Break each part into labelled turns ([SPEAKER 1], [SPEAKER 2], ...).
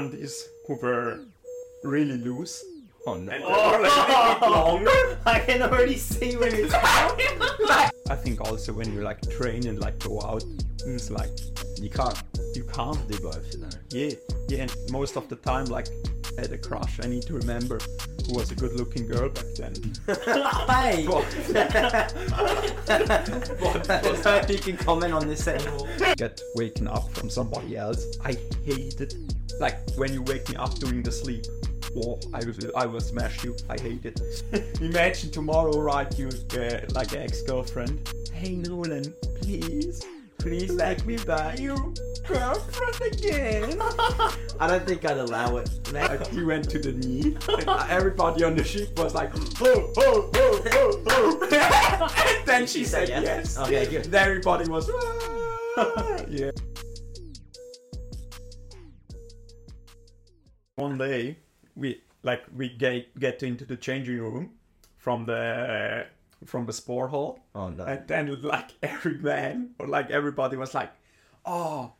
[SPEAKER 1] undies who were really loose
[SPEAKER 2] Oh no.
[SPEAKER 1] and were like long.
[SPEAKER 3] I can already see where it's going.
[SPEAKER 2] I think also when you like train and like go out, it's like you can't you can't live life. You know? Yeah, yeah. And most of the time, like I had a crush. I need to remember who was a good-looking girl back then.
[SPEAKER 3] Hey!
[SPEAKER 2] Well,
[SPEAKER 3] There's no you can comment on this anymore.
[SPEAKER 2] get waken up from somebody else. I hate it. Like when you wake me up during the sleep. Oh, I will, I will smash you. I hate it. Imagine tomorrow, right? You uh, like ex-girlfriend. Hey Nolan, please, please let me back. You girlfriend again.
[SPEAKER 3] I don't think I'd allow it. Mate.
[SPEAKER 2] He went to the knee, and everybody on the ship was like, oh, oh, oh, oh, oh. and then she said
[SPEAKER 3] yes?
[SPEAKER 2] yes.
[SPEAKER 3] Okay, good.
[SPEAKER 2] And everybody was, "Ah." yeah. One day, we like we get get into the changing room from the from the sport hall.
[SPEAKER 4] Oh no.
[SPEAKER 2] And then like every man or like everybody was like, oh,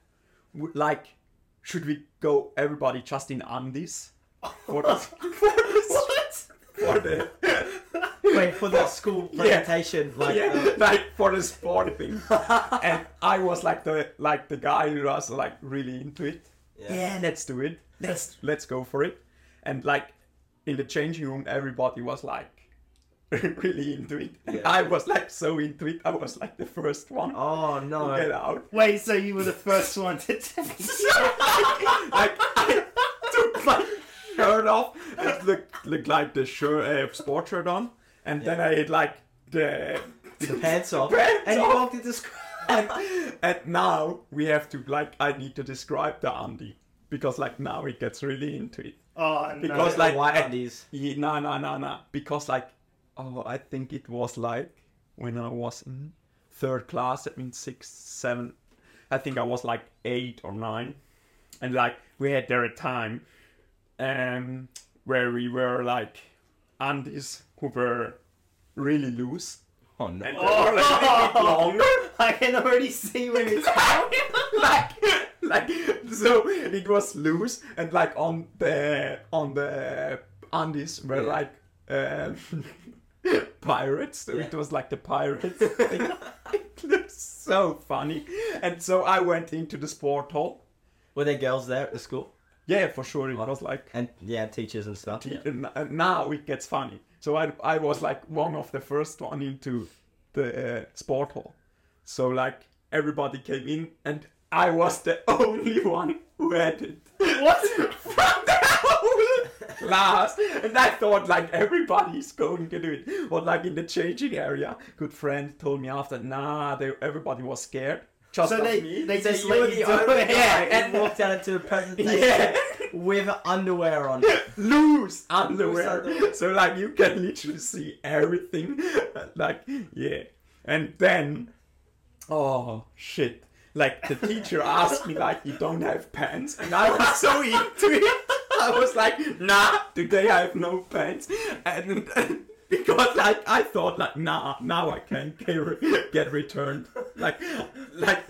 [SPEAKER 2] w- like should we go everybody just in undies? For the,
[SPEAKER 3] What?
[SPEAKER 2] for the
[SPEAKER 3] Wait, for the school presentation. Like,
[SPEAKER 2] yeah,
[SPEAKER 3] uh,
[SPEAKER 2] like for the sport thing. and I was like the like the guy who was like really into it.
[SPEAKER 4] Yeah.
[SPEAKER 2] yeah let's do it. Let's let's go for it. And like in the changing room, everybody was like. really into it. And
[SPEAKER 4] Yeah.
[SPEAKER 2] I was like so into it. I was like the first one to
[SPEAKER 3] oh no.
[SPEAKER 2] get out.
[SPEAKER 5] Wait, so you were the first one to test?
[SPEAKER 2] like I took my shirt off and looked, looked like the shirt uh, sport shirt on, and then I had like the
[SPEAKER 3] The pants off.
[SPEAKER 2] Pants
[SPEAKER 3] and
[SPEAKER 2] off.
[SPEAKER 3] you walked into school.
[SPEAKER 2] and, and now we have to like I need to describe the Andy because like now it gets really into it
[SPEAKER 5] Oh, no.
[SPEAKER 2] because like
[SPEAKER 3] Why
[SPEAKER 2] I-
[SPEAKER 3] undies?
[SPEAKER 2] yeah, no no no no because like oh I think it was like when I was in third class that means six seven I think I was like eight or nine and like we had there a time um where we were like undies who were really loose
[SPEAKER 4] Oh no.
[SPEAKER 2] and oh, like, long
[SPEAKER 3] I can already see where it's going.
[SPEAKER 2] like like so it was loose and like on the on the undies were like um, pirates so it was like the pirates thing. it looked so funny and so i went into the sport hall
[SPEAKER 3] Were there girls there at the school?
[SPEAKER 2] yeah for sure it was like
[SPEAKER 3] And yeah, teachers and stuff.
[SPEAKER 2] and and now it gets funny so i i was like one of the first one into the uh, sport hall so like everybody came in and i was the only one who had it
[SPEAKER 5] what?
[SPEAKER 2] from the whole class. And I thought like everybody's going to do it. But like in the changing area, good friend told me after, nah, they, everybody was scared. Just
[SPEAKER 5] So
[SPEAKER 2] like
[SPEAKER 5] they,
[SPEAKER 2] me.
[SPEAKER 5] they
[SPEAKER 3] Just
[SPEAKER 5] just
[SPEAKER 3] let
[SPEAKER 5] let
[SPEAKER 3] you
[SPEAKER 5] you
[SPEAKER 3] do it.
[SPEAKER 5] Yeah.
[SPEAKER 3] And walked out into the presentation
[SPEAKER 2] Yeah.
[SPEAKER 3] with underwear on.
[SPEAKER 2] loose underwear.
[SPEAKER 3] Loose underwear.
[SPEAKER 2] So like you can literally see everything. like yeah. And then oh shit. Like the teacher asked me like you don't have pants and I was so into it. I was like, nah, today I have no pants and, and because like I thought like nah now I can get, get returned. Like like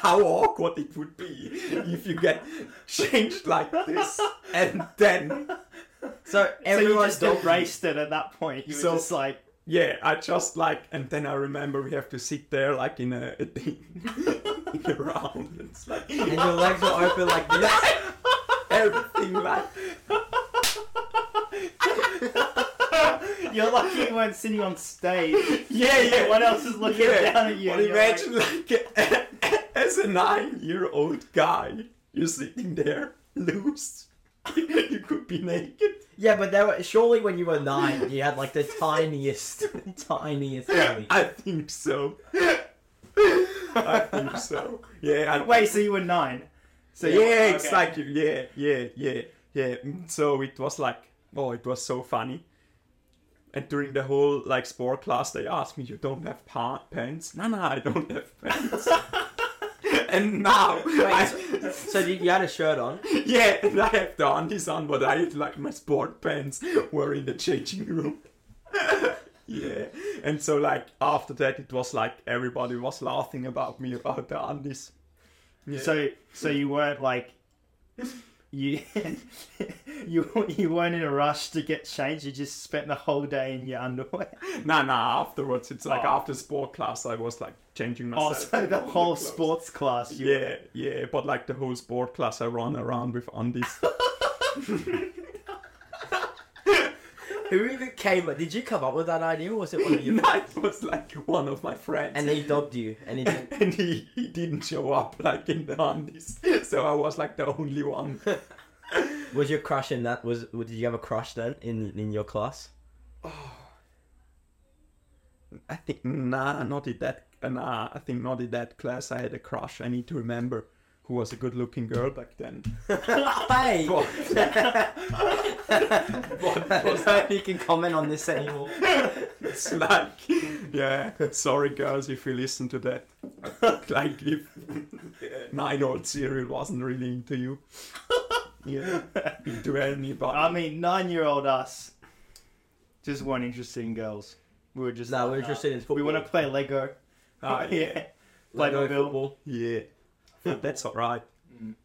[SPEAKER 2] how awkward it would be if you get changed like this and then
[SPEAKER 3] So
[SPEAKER 5] So you
[SPEAKER 3] everyone
[SPEAKER 5] just embraced it at that point. You were
[SPEAKER 2] So-
[SPEAKER 5] just like,
[SPEAKER 2] yeah i just like and then i remember we have to sit there like in a, in a round it's like
[SPEAKER 3] and your legs were open like this.
[SPEAKER 2] everything like
[SPEAKER 5] you're lucky you weren't sitting on stage.
[SPEAKER 2] yeah yeah
[SPEAKER 5] Everyone else is looking
[SPEAKER 2] yeah.
[SPEAKER 5] down at you.
[SPEAKER 2] But
[SPEAKER 5] and you're like-
[SPEAKER 2] imagine like, as a nine year old guy you're sitting there loose you could be naked
[SPEAKER 3] Yeah, but they were surely when you were nine, you had like the tiniest, tiniest. belly.
[SPEAKER 2] i think so i think so yeah I,
[SPEAKER 5] Wait, so you were nine? So
[SPEAKER 2] yeah,
[SPEAKER 5] you- okay.
[SPEAKER 2] it's like yeah, yeah, yeah, yeah. Mm, So it was like, oh, it was so funny. And during the whole like sport class, they asked me, "You don't have pa- pants?" No, no, I don't have pants. and now, I,
[SPEAKER 3] So you, you had a shirt on.
[SPEAKER 2] yeah, and I have the undies on, but I had like my sport pants were in the changing room. yeah, and so like after that, it was like everybody was laughing about me about the undies.
[SPEAKER 5] So, so you weren't like, you you you weren't in a rush to get changed. You just spent the whole day in your underwear.
[SPEAKER 2] Nah, nah. Afterwards, it's like
[SPEAKER 5] Oh.
[SPEAKER 2] after sport class, I was like changing
[SPEAKER 5] Oh,
[SPEAKER 2] myself.
[SPEAKER 5] so the whole
[SPEAKER 2] clothes.
[SPEAKER 5] sports class. You
[SPEAKER 2] Yeah, yeah. But like the whole sport class, I ran around with undies.
[SPEAKER 3] Who even came up? Did you come up with that idea or was
[SPEAKER 5] Oh,
[SPEAKER 3] it one of your
[SPEAKER 2] Night was like one of my friends.
[SPEAKER 3] And they dubbed you and he didn't.
[SPEAKER 2] and he, he didn't show up like in the undies. So I was like the only one.
[SPEAKER 3] Was your crush in that? Was did you have a crush then in in your class?
[SPEAKER 2] I think nah, not in that uh, nah, I think not in that class I had a crush. I need to remember who was a good looking girl back then.
[SPEAKER 3] hey,
[SPEAKER 2] What?
[SPEAKER 3] you can comment on this anymore.
[SPEAKER 2] It's like yeah. Sorry girls if you listen to that. like if nine old serial wasn't really into you. Yeah. Into anybody.
[SPEAKER 5] I mean, nine-year-old us just weren't interested in girls. We were just
[SPEAKER 3] No,
[SPEAKER 5] like,
[SPEAKER 3] we're interested in football.
[SPEAKER 5] we want to play Lego.
[SPEAKER 2] Ah,
[SPEAKER 5] yeah. Play
[SPEAKER 3] Lego
[SPEAKER 5] Mobile.
[SPEAKER 3] football.
[SPEAKER 2] Yeah, that's all right.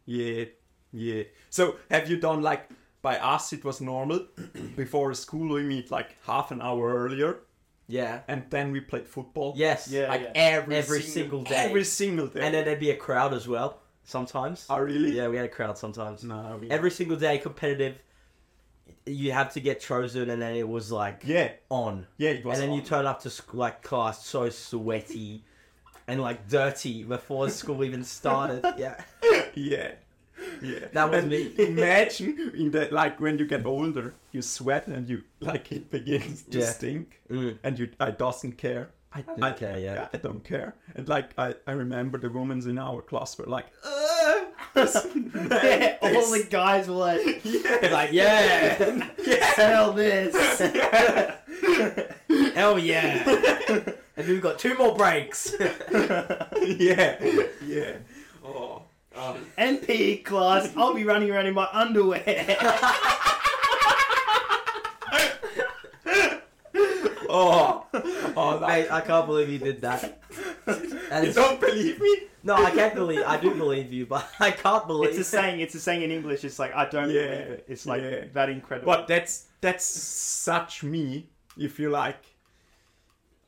[SPEAKER 2] Yeah, yeah. So have you done like by us? It was normal. Before school, we meet like half an hour earlier,
[SPEAKER 3] Yeah.
[SPEAKER 2] and then we played football.
[SPEAKER 3] Yes.
[SPEAKER 5] Yeah,
[SPEAKER 2] like
[SPEAKER 5] yeah.
[SPEAKER 2] every
[SPEAKER 3] Every single day.
[SPEAKER 2] Every single day.
[SPEAKER 3] And then there'd be a crowd as well sometimes.
[SPEAKER 2] oh really?
[SPEAKER 3] Yeah, we had a crowd sometimes.
[SPEAKER 2] No. we-
[SPEAKER 3] Every single day, competitive. You have to get chosen, and then it was like
[SPEAKER 2] yeah,
[SPEAKER 3] on.
[SPEAKER 2] yeah. It was.
[SPEAKER 3] and then you
[SPEAKER 2] on.
[SPEAKER 3] turn up to school, like class so sweaty and like dirty before school even started. Yeah.
[SPEAKER 2] yeah. Yeah.
[SPEAKER 3] That was
[SPEAKER 2] And
[SPEAKER 3] me.
[SPEAKER 2] Imagine in the like when you get older, you sweat and you like it begins to
[SPEAKER 3] Yeah.
[SPEAKER 2] stink,
[SPEAKER 3] Mm.
[SPEAKER 2] and you I doesn't care.
[SPEAKER 3] I didn't
[SPEAKER 2] I-
[SPEAKER 3] care, yeah.
[SPEAKER 2] I don't care. And like I, I remember the women's in our class were like, "Uh, "Ugh, this-
[SPEAKER 5] Yeah,
[SPEAKER 2] this-
[SPEAKER 5] all the guys were like,
[SPEAKER 2] yeah,
[SPEAKER 3] Like, yeah!
[SPEAKER 5] sell this.
[SPEAKER 3] Hell yeah! and we've got two more breaks!
[SPEAKER 2] yeah, yeah. Oh,
[SPEAKER 5] NPE class, I'll be running around in my underwear.
[SPEAKER 2] oh, oh like,
[SPEAKER 3] Mate, I can't believe you did that. And
[SPEAKER 2] you
[SPEAKER 3] it's-
[SPEAKER 2] don't believe me?
[SPEAKER 3] no, I can't believe. I do believe you, but I can't believe.
[SPEAKER 5] It's a saying. It's a saying in English. It's like I don't
[SPEAKER 2] Yeah,
[SPEAKER 5] believe it. It's like
[SPEAKER 2] yeah.
[SPEAKER 5] that incredible.
[SPEAKER 2] But that's that's such me. If you like,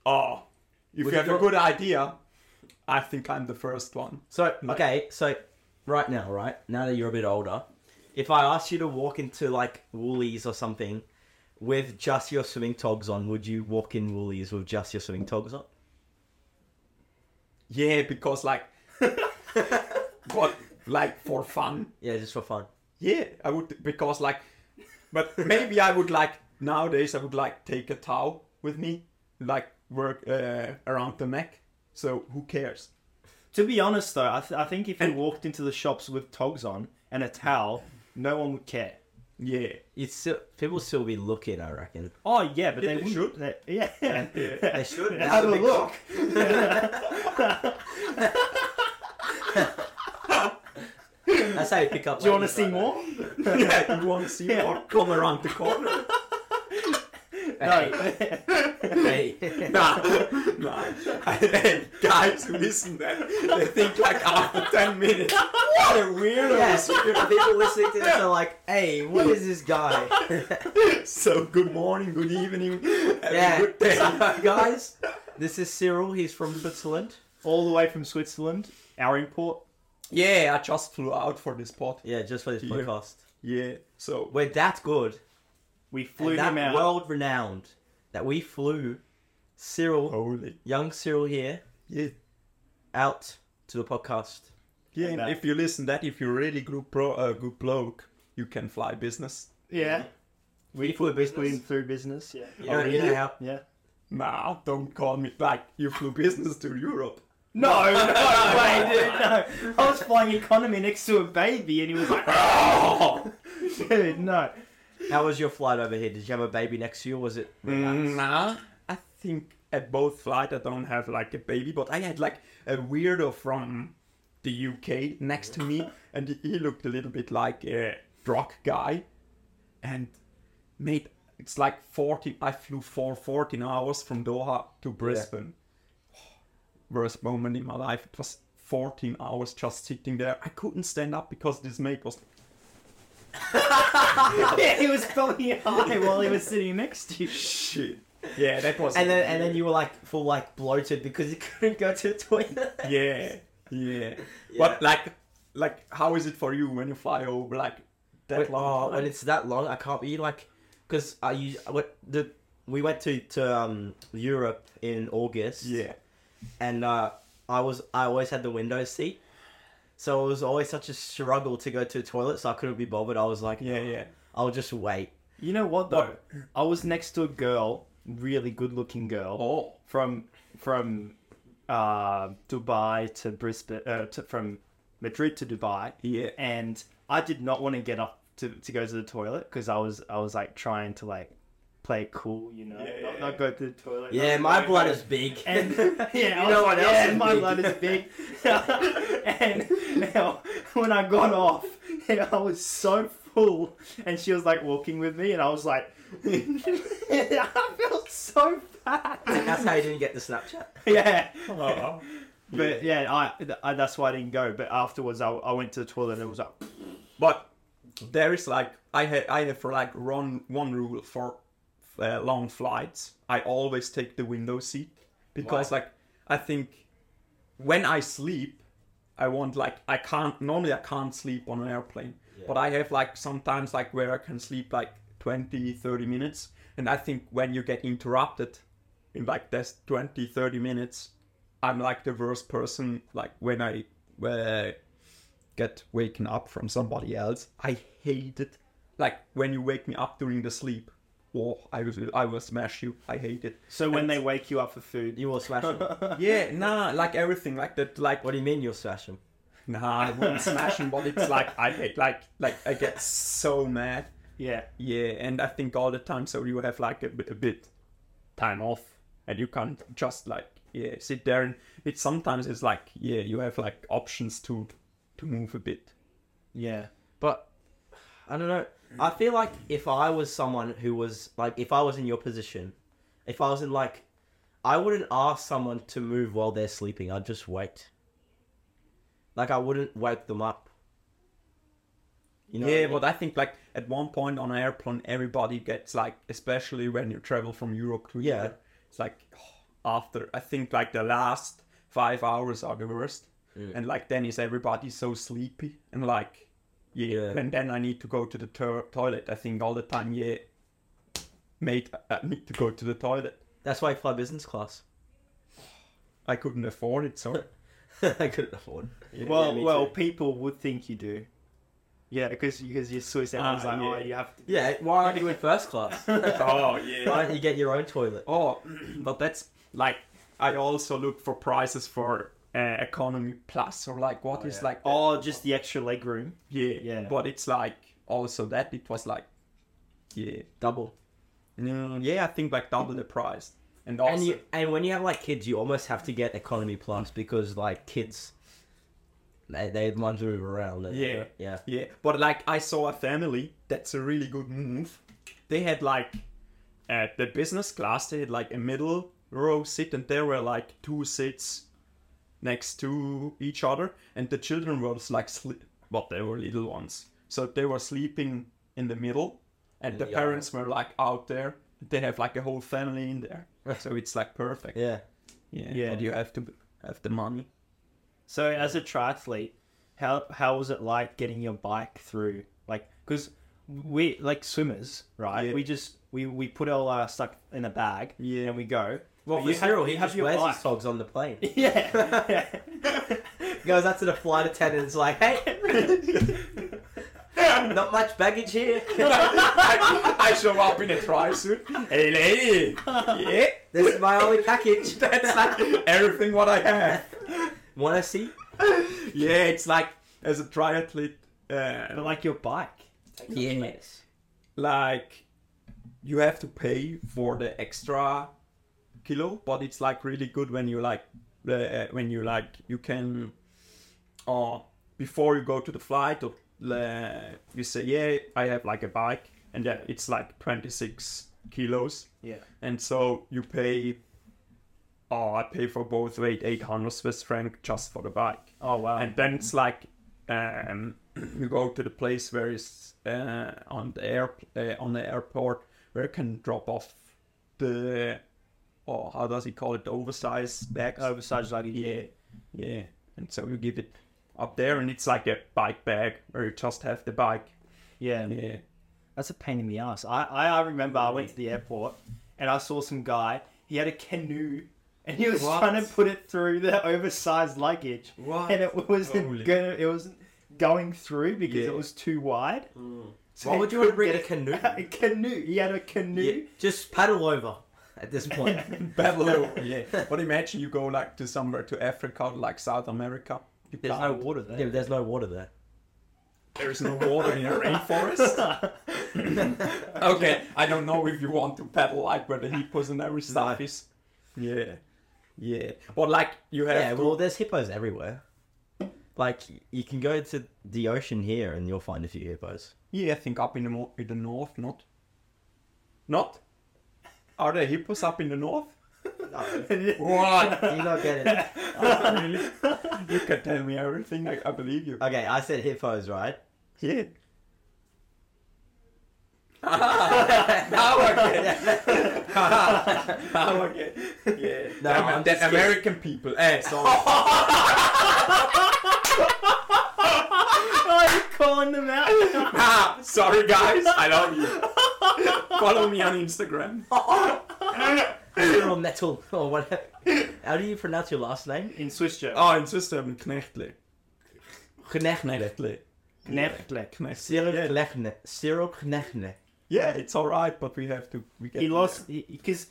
[SPEAKER 2] oh, if
[SPEAKER 3] Was
[SPEAKER 2] you
[SPEAKER 3] it
[SPEAKER 2] have a
[SPEAKER 3] your-
[SPEAKER 2] good idea, I think I'm the first one.
[SPEAKER 3] So okay, so right now, right now that you're a bit older, if I asked you to walk into like Woolies or something with just your swimming togs on, would you walk in Woolies with just your swimming togs on?
[SPEAKER 2] Yeah, because like, what, like for fun.
[SPEAKER 3] Yeah, just for fun.
[SPEAKER 2] Yeah, I would because like, but maybe I would like nowadays I would like take a towel with me, like work uh, around the neck. So who cares?
[SPEAKER 5] to be honest, though, I, th- I think if you walked into the shops with togs on and a towel, no one would care.
[SPEAKER 2] Yeah,
[SPEAKER 3] It's still people still be looking. I reckon
[SPEAKER 5] Oh yeah, but they
[SPEAKER 2] they
[SPEAKER 5] wouldn't-
[SPEAKER 2] should.
[SPEAKER 5] they- yeah.
[SPEAKER 3] they should.
[SPEAKER 5] Have a look.
[SPEAKER 3] That's how you pick up.
[SPEAKER 5] Do you want
[SPEAKER 3] ladies
[SPEAKER 5] to see
[SPEAKER 3] like that.
[SPEAKER 5] more?
[SPEAKER 2] yeah. You want to see more? Come around the corner.
[SPEAKER 5] No.
[SPEAKER 3] Hey.
[SPEAKER 2] Nah, nah. And guys who listen, then they think like after ten minutes, what a weirdo.
[SPEAKER 3] Yes, people listening to this are like, "Hey, what is this guy?"
[SPEAKER 2] So good morning, good evening, have
[SPEAKER 3] yeah,
[SPEAKER 2] a good day.
[SPEAKER 3] So, guys, this is Cyril. He's from Switzerland.
[SPEAKER 5] All the way from Switzerland, our import.
[SPEAKER 2] Yeah, I just flew out for this pod.
[SPEAKER 3] Yeah, just for this
[SPEAKER 2] Yeah.
[SPEAKER 3] podcast,
[SPEAKER 2] Yeah, so
[SPEAKER 3] we're that good,
[SPEAKER 5] We flew
[SPEAKER 3] and
[SPEAKER 5] them out.
[SPEAKER 3] that world renowned, that we flew Cyril,
[SPEAKER 2] holy.
[SPEAKER 3] young Cyril here,
[SPEAKER 2] Yeah,
[SPEAKER 3] out to the podcast.
[SPEAKER 2] Yeah, and
[SPEAKER 5] that.
[SPEAKER 2] if you listen that, if you're really good pro, uh, good bloke, you can fly business.
[SPEAKER 5] yeah. We flew basically through business. Yeah.
[SPEAKER 3] You know, Oh, you know how-
[SPEAKER 5] Yeah.
[SPEAKER 2] Nah, don't call me like you flew business to Europe.
[SPEAKER 5] No, no way, dude, no. I was flying economy next to a baby and he was like,
[SPEAKER 2] Oh,
[SPEAKER 5] dude, no.
[SPEAKER 3] How was your flight over here? Did you have a baby next to you? Or was
[SPEAKER 5] Mm,
[SPEAKER 3] it?
[SPEAKER 2] nah. I think at both flight I don't have like a baby, but I had like a weirdo from the UK next to me, and he looked a little bit like a drug guy, and made it's like 40. I flew for 14 hours from Doha to Brisbane. worst moment in my life. It was 14 hours just sitting there. I couldn't stand up because this mate was
[SPEAKER 5] yeah, he was probably high while he was sitting next to you.
[SPEAKER 2] Shit. Yeah, that was.
[SPEAKER 3] And then and then you were like full like bloated because you couldn't go to the toilet.
[SPEAKER 2] Yeah, yeah.
[SPEAKER 3] Yeah.
[SPEAKER 2] But like, like, how is it for you when you fly over like that
[SPEAKER 3] Wait,
[SPEAKER 2] long?
[SPEAKER 3] oh, when
[SPEAKER 2] time?
[SPEAKER 3] it's that long, I can't be like, because I use what the we went to to um Europe in August.
[SPEAKER 2] yeah,
[SPEAKER 3] and uh, I was I always had the window seat, so it was always such a struggle to go to the toilet. So I couldn't be bothered. I was like,
[SPEAKER 2] yeah, yeah.
[SPEAKER 3] I'll just wait.
[SPEAKER 5] You know what though?
[SPEAKER 2] What?
[SPEAKER 5] I was next to a girl, really good-looking girl.
[SPEAKER 2] Oh,
[SPEAKER 5] from from uh, Dubai to Brisbane, uh, to, from Madrid to Dubai.
[SPEAKER 2] Yeah.
[SPEAKER 5] And I did not want to get up to, to go to the toilet because I was I was like trying to like play it cool, you know,
[SPEAKER 2] Yeah.
[SPEAKER 5] not, not go to the toilet.
[SPEAKER 3] Yeah,
[SPEAKER 5] not-
[SPEAKER 3] my
[SPEAKER 5] not-
[SPEAKER 3] blood is big.
[SPEAKER 5] And yeah,
[SPEAKER 3] You know what else
[SPEAKER 5] yeah,
[SPEAKER 3] is
[SPEAKER 5] my
[SPEAKER 3] big?
[SPEAKER 5] blood is big. and now, when I got off, I was so full, and she was like walking with me, and I was like, I felt so bad.
[SPEAKER 3] That's how you didn't get the Snapchat.
[SPEAKER 5] Yeah.
[SPEAKER 3] Uh-huh.
[SPEAKER 2] oh.
[SPEAKER 5] But yeah, I, th- I that's why I didn't go. But afterwards, I, I went to the toilet and it was like,
[SPEAKER 2] but there is like I have I have like one one rule for uh, long flights. I always take the window seat because like I think when I sleep, I want like I can't normally I can't sleep on an airplane, but I have like sometimes like where I can sleep like 20 30 minutes and I think when you get interrupted in like this 20 30 minutes, I'm like the worst person like when I uh, get waken up from somebody else. I hate it. Like when you wake me up during the sleep. Oh, I will, I will smash you. I hate it.
[SPEAKER 5] so when they wake you up for food, you
[SPEAKER 3] You will smash him.
[SPEAKER 2] Yeah, nah, like everything, like that, like
[SPEAKER 3] what do you mean you'll smash him?
[SPEAKER 2] nah, I wouldn't smash him, but it's like I hate, like, like I get so mad.
[SPEAKER 5] yeah,
[SPEAKER 2] Yeah, and I think all the time, so you have like a, bit- a bit time off, and you can't just like yeah sit there and it sometimes it's like yeah you have like options to to move a bit.
[SPEAKER 5] yeah,
[SPEAKER 3] But I don't know. I feel like if I was someone who was like, if I was in your position, if I was in like, I wouldn't ask someone to move while they're sleeping. I'd just wait. Like I wouldn't wake them up. You know what I
[SPEAKER 2] yeah,
[SPEAKER 3] mean?
[SPEAKER 2] but I think like at one point on an airplane, everybody gets like, especially when you travel from Europe to
[SPEAKER 3] Yeah.
[SPEAKER 2] here, it's like after I think like the last five hours are the worst, and like then is everybody so sleepy and like yeah,
[SPEAKER 3] Yeah.
[SPEAKER 2] and then I need to go to the to- toilet. I think all the time, yeah, mate, I I need to go to the toilet.
[SPEAKER 3] that's why I fly business class.
[SPEAKER 2] I couldn't afford it, so
[SPEAKER 3] I couldn't afford.
[SPEAKER 5] Well,
[SPEAKER 3] me
[SPEAKER 5] well,
[SPEAKER 3] too.
[SPEAKER 5] people would think you do. Yeah, because because you're Swiss, everyone's
[SPEAKER 2] Ah,
[SPEAKER 5] like,
[SPEAKER 2] yeah.
[SPEAKER 5] oh, you have to.
[SPEAKER 3] Yeah, why aren't you in first class?
[SPEAKER 2] oh yeah.
[SPEAKER 3] Why don't you get your own toilet?
[SPEAKER 2] Oh, but that's like I also look for prices for uh, economy plus or like what is like oh
[SPEAKER 5] Oh, just the extra leg room.
[SPEAKER 2] yeah
[SPEAKER 5] yeah.
[SPEAKER 2] But it's like also that it was like yeah
[SPEAKER 3] Double.
[SPEAKER 2] Mm, yeah I think like double the price and also
[SPEAKER 3] And you and when you have like kids, you almost have to get economy plus because like kids, they they're the ones who move around. and-
[SPEAKER 2] yeah
[SPEAKER 3] yeah.
[SPEAKER 2] yeah but like I saw a family that's a really good move. They had like at the business class they had like a middle row seat and there were like two seats next to each other, and the children were just like sleep. But they were little ones, so they were sleeping in the middle, and the
[SPEAKER 3] Yeah.
[SPEAKER 2] parents were like out there. They have like a whole family in there, so it's like perfect.
[SPEAKER 3] Yeah.
[SPEAKER 2] yeah.
[SPEAKER 5] Yeah.
[SPEAKER 2] But you have to have the money.
[SPEAKER 5] So as a triathlete, how how was it like getting your bike through? Like, because we like swimmers, right?
[SPEAKER 2] Yeah.
[SPEAKER 5] We just we we put all our stuff in a bag,
[SPEAKER 2] Yeah.
[SPEAKER 5] and we go.
[SPEAKER 3] Well,
[SPEAKER 5] But
[SPEAKER 3] for
[SPEAKER 5] you have-
[SPEAKER 3] Cyril, he
[SPEAKER 5] you have
[SPEAKER 3] just
[SPEAKER 5] your
[SPEAKER 3] wears
[SPEAKER 5] bike.
[SPEAKER 3] his togs on the plane. He
[SPEAKER 5] Yeah.
[SPEAKER 3] goes up to the flight attendant and is like, hey, not much baggage here.
[SPEAKER 2] I, I show up in a tri suit. Hey lady, yeah,
[SPEAKER 3] This is my only package.
[SPEAKER 2] that's like everything what I have.
[SPEAKER 3] Want to see?
[SPEAKER 2] Yeah, it's like as a triathlete. Uh,
[SPEAKER 5] but like your bike.
[SPEAKER 3] Yes.
[SPEAKER 2] like you have to pay for the extra kilo but it's like really good when you like uh, when you like you can uh before you go to the flight or uh, you say yeah i have like a bike and then it's like 26 kilos
[SPEAKER 5] Yeah.
[SPEAKER 2] and so you pay oh i pay for both weight 800 swiss franc just for the bike Uh,
[SPEAKER 5] Oh wow.
[SPEAKER 2] and then it's like um you go to the place where it's uh, on the air uh, on the airport where you can drop off the or how does he call it the oversized bags.
[SPEAKER 5] Oversized luggage.
[SPEAKER 2] Yeah, yeah. And so you give it up there, and it's like a bike bag where you just have the bike.
[SPEAKER 5] Yeah.
[SPEAKER 2] Yeah.
[SPEAKER 5] That's a pain in the ass. I, I, I remember I went to the airport and I saw some guy. He had a canoe and he was
[SPEAKER 3] What?
[SPEAKER 5] trying to put it through the oversized luggage.
[SPEAKER 3] What?
[SPEAKER 5] And it wasn't
[SPEAKER 2] Holy-
[SPEAKER 5] gonna, it wasn't going through because
[SPEAKER 2] Yeah.
[SPEAKER 5] it was too wide. So
[SPEAKER 3] Hmm. Why
[SPEAKER 5] he
[SPEAKER 3] would you
[SPEAKER 5] couldn't
[SPEAKER 3] bring
[SPEAKER 5] get
[SPEAKER 3] a canoe?
[SPEAKER 5] it- A canoe. He had a canoe.
[SPEAKER 3] Yeah, just paddle over at this point.
[SPEAKER 2] Battle over. Yeah. But imagine you go like to somewhere to Africa, like South America. You
[SPEAKER 3] There's
[SPEAKER 2] can't-
[SPEAKER 3] no water there. Yeah, but there's no water there.
[SPEAKER 2] there is no water in a rainforest. okay, I don't know if you want to paddle like where the hippos and every stuff is. Yeah, yeah. But like you have
[SPEAKER 3] Yeah,
[SPEAKER 2] to.
[SPEAKER 3] well, there's hippos everywhere. Like you can go to the ocean here and you'll find a few hippos.
[SPEAKER 2] yeah, I think up in the mo- in the north, not. Not. Are there hippos up in the north?
[SPEAKER 3] Oh,
[SPEAKER 2] What?
[SPEAKER 3] Do you not get it?
[SPEAKER 2] really? You can tell me everything. I, I believe you.
[SPEAKER 3] Okay, I said hippos, right?
[SPEAKER 2] Yeah. now again. now again. Yeah.
[SPEAKER 3] No,
[SPEAKER 2] Am-
[SPEAKER 3] I'm
[SPEAKER 2] the
[SPEAKER 3] just kidding.
[SPEAKER 2] American people. Eh, sorry.
[SPEAKER 5] Oh, you're calling them out.
[SPEAKER 2] ah, sorry guys. I love you. Follow me on Instagram.
[SPEAKER 3] Or metal or whatever. How do you pronounce your last name?
[SPEAKER 5] In Swiss German.
[SPEAKER 2] Oh, and system Knechtle.
[SPEAKER 3] Knechne.
[SPEAKER 2] Knechtle.
[SPEAKER 5] Knechtle.
[SPEAKER 3] Cyril
[SPEAKER 2] Knechtle. Yeah.
[SPEAKER 3] Knechne. Cyril Knechne.
[SPEAKER 2] yeah, it's all right, but we have to. We get
[SPEAKER 5] He lost because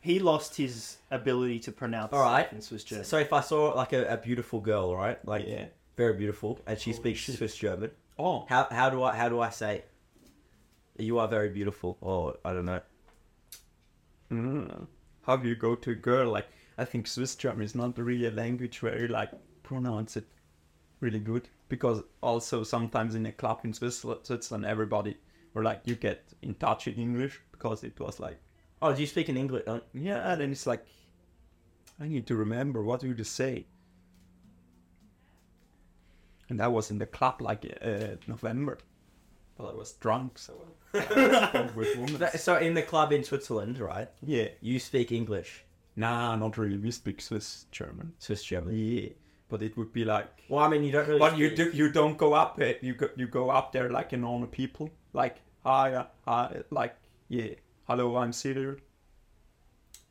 [SPEAKER 5] he, lost his ability to pronounce
[SPEAKER 3] All right.
[SPEAKER 5] in Swiss German.
[SPEAKER 3] So if I saw like a, a beautiful girl, right? Like
[SPEAKER 2] Yeah.
[SPEAKER 3] very beautiful, and she speaks
[SPEAKER 2] shit.
[SPEAKER 3] Swiss German.
[SPEAKER 2] Oh,
[SPEAKER 3] How how do I how do I say? You are very beautiful, or I don't know.
[SPEAKER 2] mm. how do you go to a girl? Like, I think Swiss German is not really a language where you like pronounce it really good because also sometimes in a club in Switzerland, Switzerland everybody were like you get in touch in English because it was like
[SPEAKER 3] Oh, do you speak in English? Uh,
[SPEAKER 2] yeah, then it's like I need to remember what you just say. And I was in the club like uh, November, but I was drunk, so I spoke with women.
[SPEAKER 3] that- So in the club in Switzerland, right?
[SPEAKER 2] Yeah.
[SPEAKER 3] You speak English,
[SPEAKER 2] Nah, not really. We speak Swiss German.
[SPEAKER 3] Swiss German.
[SPEAKER 2] Yeah, but it would be like.
[SPEAKER 3] Well, I mean, you don't really.
[SPEAKER 2] But you
[SPEAKER 3] speak-
[SPEAKER 2] do, you don't go up it. You go you go up there like a normal people. Like hi, uh, hi, like yeah. Hello, I'm Cyril.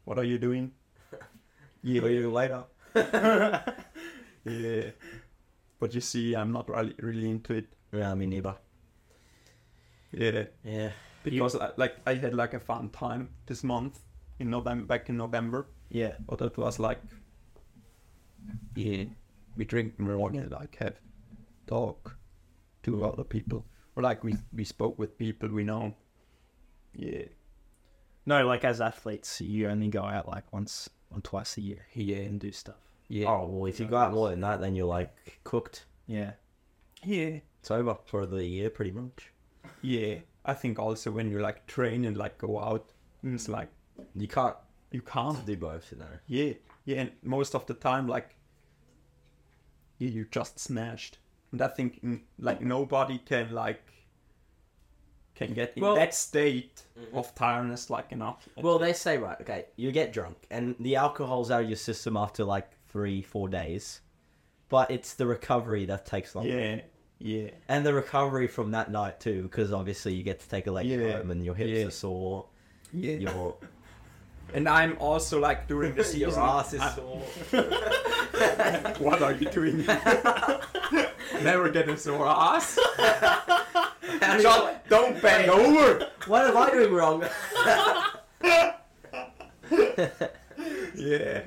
[SPEAKER 2] What are you doing?
[SPEAKER 3] Yeah, you do later.
[SPEAKER 2] Yeah. But you see, I'm not really really into it.
[SPEAKER 3] Yeah, I mean, neither.
[SPEAKER 2] Yeah.
[SPEAKER 3] Yeah.
[SPEAKER 2] Because I, like I had like a fun time this month in November back in November.
[SPEAKER 5] yeah.
[SPEAKER 2] But that was like yeah, we drink and we wanted to like have talk to other people. Or like we we spoke with people we know. Yeah.
[SPEAKER 5] No, like as athletes, you only go out like once or twice a year
[SPEAKER 2] Yeah.
[SPEAKER 5] and do stuff.
[SPEAKER 2] Yeah.
[SPEAKER 3] Oh well, if you go out more than that, then you're like cooked.
[SPEAKER 5] Yeah.
[SPEAKER 2] Yeah.
[SPEAKER 3] It's over for the year, pretty much.
[SPEAKER 2] Yeah. I think also when you like train and like go out, it's like
[SPEAKER 3] You can't
[SPEAKER 2] you can't
[SPEAKER 3] do both, you know.
[SPEAKER 2] Yeah, yeah, and most of the time, like, yeah, you just smashed, and I think mm, like nobody can like can get in
[SPEAKER 3] Well-
[SPEAKER 2] that state of tiredness like enough.
[SPEAKER 3] Well, they say right, okay, you get drunk, and the alcohol's out of your system after like three, four days, but it's the recovery that takes longer.
[SPEAKER 2] yeah, yeah,
[SPEAKER 3] And the recovery from that night too, because obviously you get to take a late
[SPEAKER 2] Yeah.
[SPEAKER 3] home, and your hips
[SPEAKER 2] Yeah.
[SPEAKER 3] are sore.
[SPEAKER 2] yeah,
[SPEAKER 3] Your
[SPEAKER 2] And I'm also like during the season.
[SPEAKER 3] your ass is
[SPEAKER 2] I'm-
[SPEAKER 3] sore.
[SPEAKER 2] what are you doing? Never get a sore ass. Just don't bend over.
[SPEAKER 3] What am I doing wrong?
[SPEAKER 2] yeah.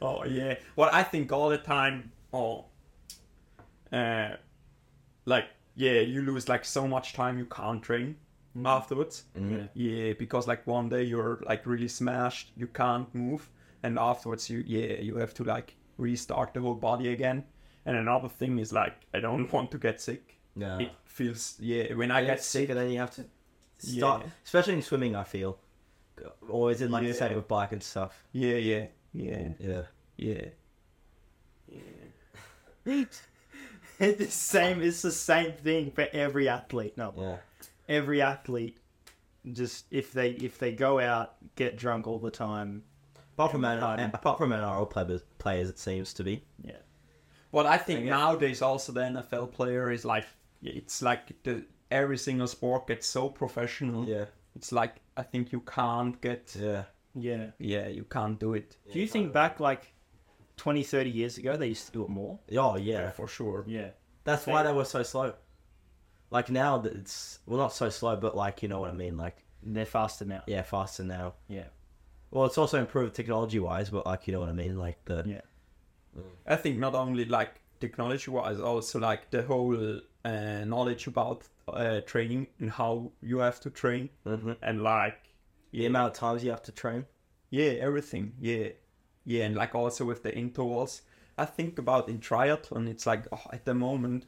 [SPEAKER 2] Oh yeah. Well, I think all the time. Oh. Uh, like yeah, you lose like so much time you can't train afterwards. Mm-hmm. Yeah, because like one day you're like really smashed, you can't move, and afterwards you yeah you have to like restart the whole body again. And another thing is like I don't want to get sick.
[SPEAKER 3] No.
[SPEAKER 2] It feels yeah when I get sick.
[SPEAKER 3] and then you have to start, especially in swimming. I feel, or is it like the same
[SPEAKER 2] Yeah.
[SPEAKER 3] with bike and stuff?
[SPEAKER 2] Yeah, yeah, yeah,
[SPEAKER 3] Yeah.
[SPEAKER 2] yeah.
[SPEAKER 5] the same. It's the same thing for every athlete. No,
[SPEAKER 3] Yeah.
[SPEAKER 5] every athlete. Just if they if they go out get drunk all the time.
[SPEAKER 3] Apart from N-
[SPEAKER 5] Harden.
[SPEAKER 3] apart from NRL players, players, it seems to be.
[SPEAKER 5] Yeah.
[SPEAKER 2] But I think nowadays also the NFL player is like it's like the every single sport gets so professional.
[SPEAKER 3] Yeah.
[SPEAKER 2] It's like I think you can't get
[SPEAKER 3] Yeah.
[SPEAKER 5] Yeah.
[SPEAKER 2] yeah, you can't do it.
[SPEAKER 5] Do you think back like 20, 30 years ago they used to do it more?
[SPEAKER 3] Oh yeah.
[SPEAKER 2] Yeah, for sure.
[SPEAKER 5] Yeah.
[SPEAKER 3] That's why they were so slow. Like now that it's well not so slow, but like you know what I mean. Like
[SPEAKER 5] They're faster now.
[SPEAKER 3] yeah, faster now.
[SPEAKER 5] Yeah.
[SPEAKER 3] Well, it's also improved technology wise, but like you know what I mean. Like the
[SPEAKER 5] Yeah.
[SPEAKER 2] I think not only like technology wise, also like the whole uh, knowledge about uh, training and how you have to train
[SPEAKER 3] Mhm.
[SPEAKER 2] and like
[SPEAKER 3] the amount of times you have to train.
[SPEAKER 2] yeah, everything. Yeah, yeah, and like also with the intervals. I think about in triathlon, it's like oh, at the moment,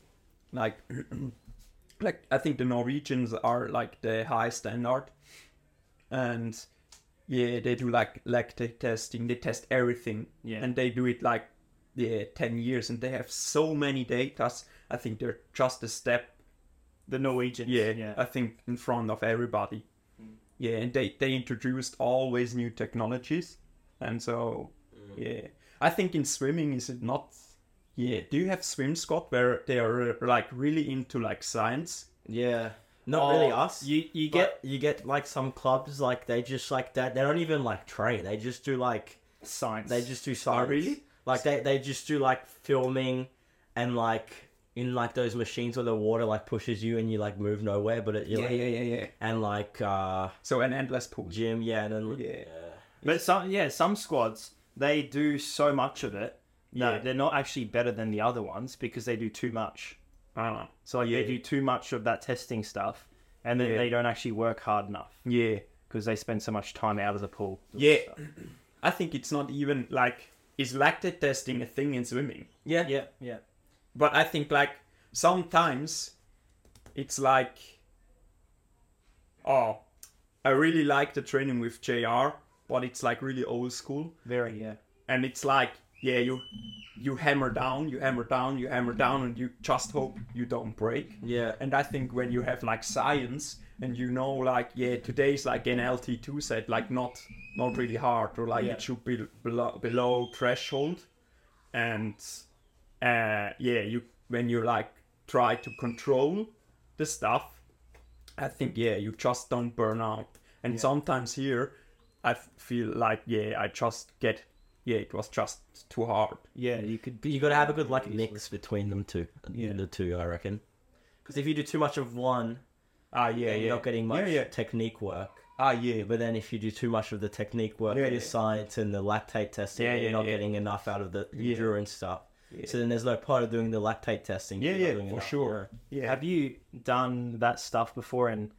[SPEAKER 2] like like I think the Norwegians are like the high standard, and yeah, they do like lactate testing. They test everything,
[SPEAKER 5] Yeah.
[SPEAKER 2] and they do it like yeah, ten years, and they have so many datas. I think they're just a step
[SPEAKER 5] The Norwegians.
[SPEAKER 2] yeah,
[SPEAKER 5] Yeah.
[SPEAKER 2] I think in front of everybody. Yeah, and they, they introduced always new technologies. And so, yeah. I think in swimming, is it not? Yeah. Do you have swim squad where they are uh, like really into like science?
[SPEAKER 3] Yeah, not really
[SPEAKER 5] Oh,
[SPEAKER 3] us.
[SPEAKER 5] You you
[SPEAKER 3] You
[SPEAKER 5] get
[SPEAKER 3] get you get like some clubs like they just like that. They don't even like train. They just do like
[SPEAKER 5] science.
[SPEAKER 3] They just do science.
[SPEAKER 2] Oh, really?
[SPEAKER 3] Like they, they just do like filming and like in like those machines where the water like pushes you and you like move nowhere, but it you like,
[SPEAKER 2] yeah, yeah.
[SPEAKER 3] and like uh
[SPEAKER 2] So an endless pool.
[SPEAKER 3] gym, yeah, and then
[SPEAKER 2] Yeah.
[SPEAKER 5] But some yeah, some squads they do so much of it. No,
[SPEAKER 2] Yeah.
[SPEAKER 5] they're not actually better than the other ones because they do too much.
[SPEAKER 2] Ah,
[SPEAKER 5] So like, they do too much of that testing stuff, and then
[SPEAKER 2] Yeah.
[SPEAKER 5] they don't actually work hard enough
[SPEAKER 2] yeah.
[SPEAKER 5] because they spend so much time out of the pool.
[SPEAKER 2] Yeah. I think it's not even like is lactate testing a thing in swimming?
[SPEAKER 3] yeah.
[SPEAKER 5] Yeah, yeah,
[SPEAKER 2] But I think like sometimes it's like oh I really like the training with JR, but it's like really old school.
[SPEAKER 5] very yeah,
[SPEAKER 2] And it's like, yeah, you you hammer down, you hammer down, you hammer down and you just hope you don't break.
[SPEAKER 3] Yeah.
[SPEAKER 2] And I think when you have like science and you know like yeah, today's like an LT two set, like not not really hard or like
[SPEAKER 5] Yeah.
[SPEAKER 2] it should be below, below threshold and uh yeah you when you like try to control the stuff I think yeah, you just don't burn out. And sometimes here, I f- feel like yeah, I just get yeah, it was just too hard.
[SPEAKER 5] yeah. You could
[SPEAKER 3] But you gotta have a good like mix between them two.
[SPEAKER 5] Yeah.
[SPEAKER 3] The two I reckon. Because if you do too much of one,
[SPEAKER 2] Ah yeah,
[SPEAKER 3] you're not getting much
[SPEAKER 2] Yeah, yeah.
[SPEAKER 3] technique work.
[SPEAKER 2] Ah yeah,
[SPEAKER 3] But then if you do too much of the technique work,
[SPEAKER 2] Yeah,
[SPEAKER 3] the
[SPEAKER 2] yeah.
[SPEAKER 3] science and the lactate testing,
[SPEAKER 2] Yeah,
[SPEAKER 3] you're
[SPEAKER 2] yeah,
[SPEAKER 3] not
[SPEAKER 2] yeah.
[SPEAKER 3] getting enough out of the
[SPEAKER 2] Yeah.
[SPEAKER 3] endurance stuff. So then there's no part of doing the lactate testing.
[SPEAKER 2] yeah,
[SPEAKER 3] You're not
[SPEAKER 2] yeah,
[SPEAKER 3] doing
[SPEAKER 2] for
[SPEAKER 3] enough.
[SPEAKER 2] sure. Yeah,
[SPEAKER 5] have you done that stuff before in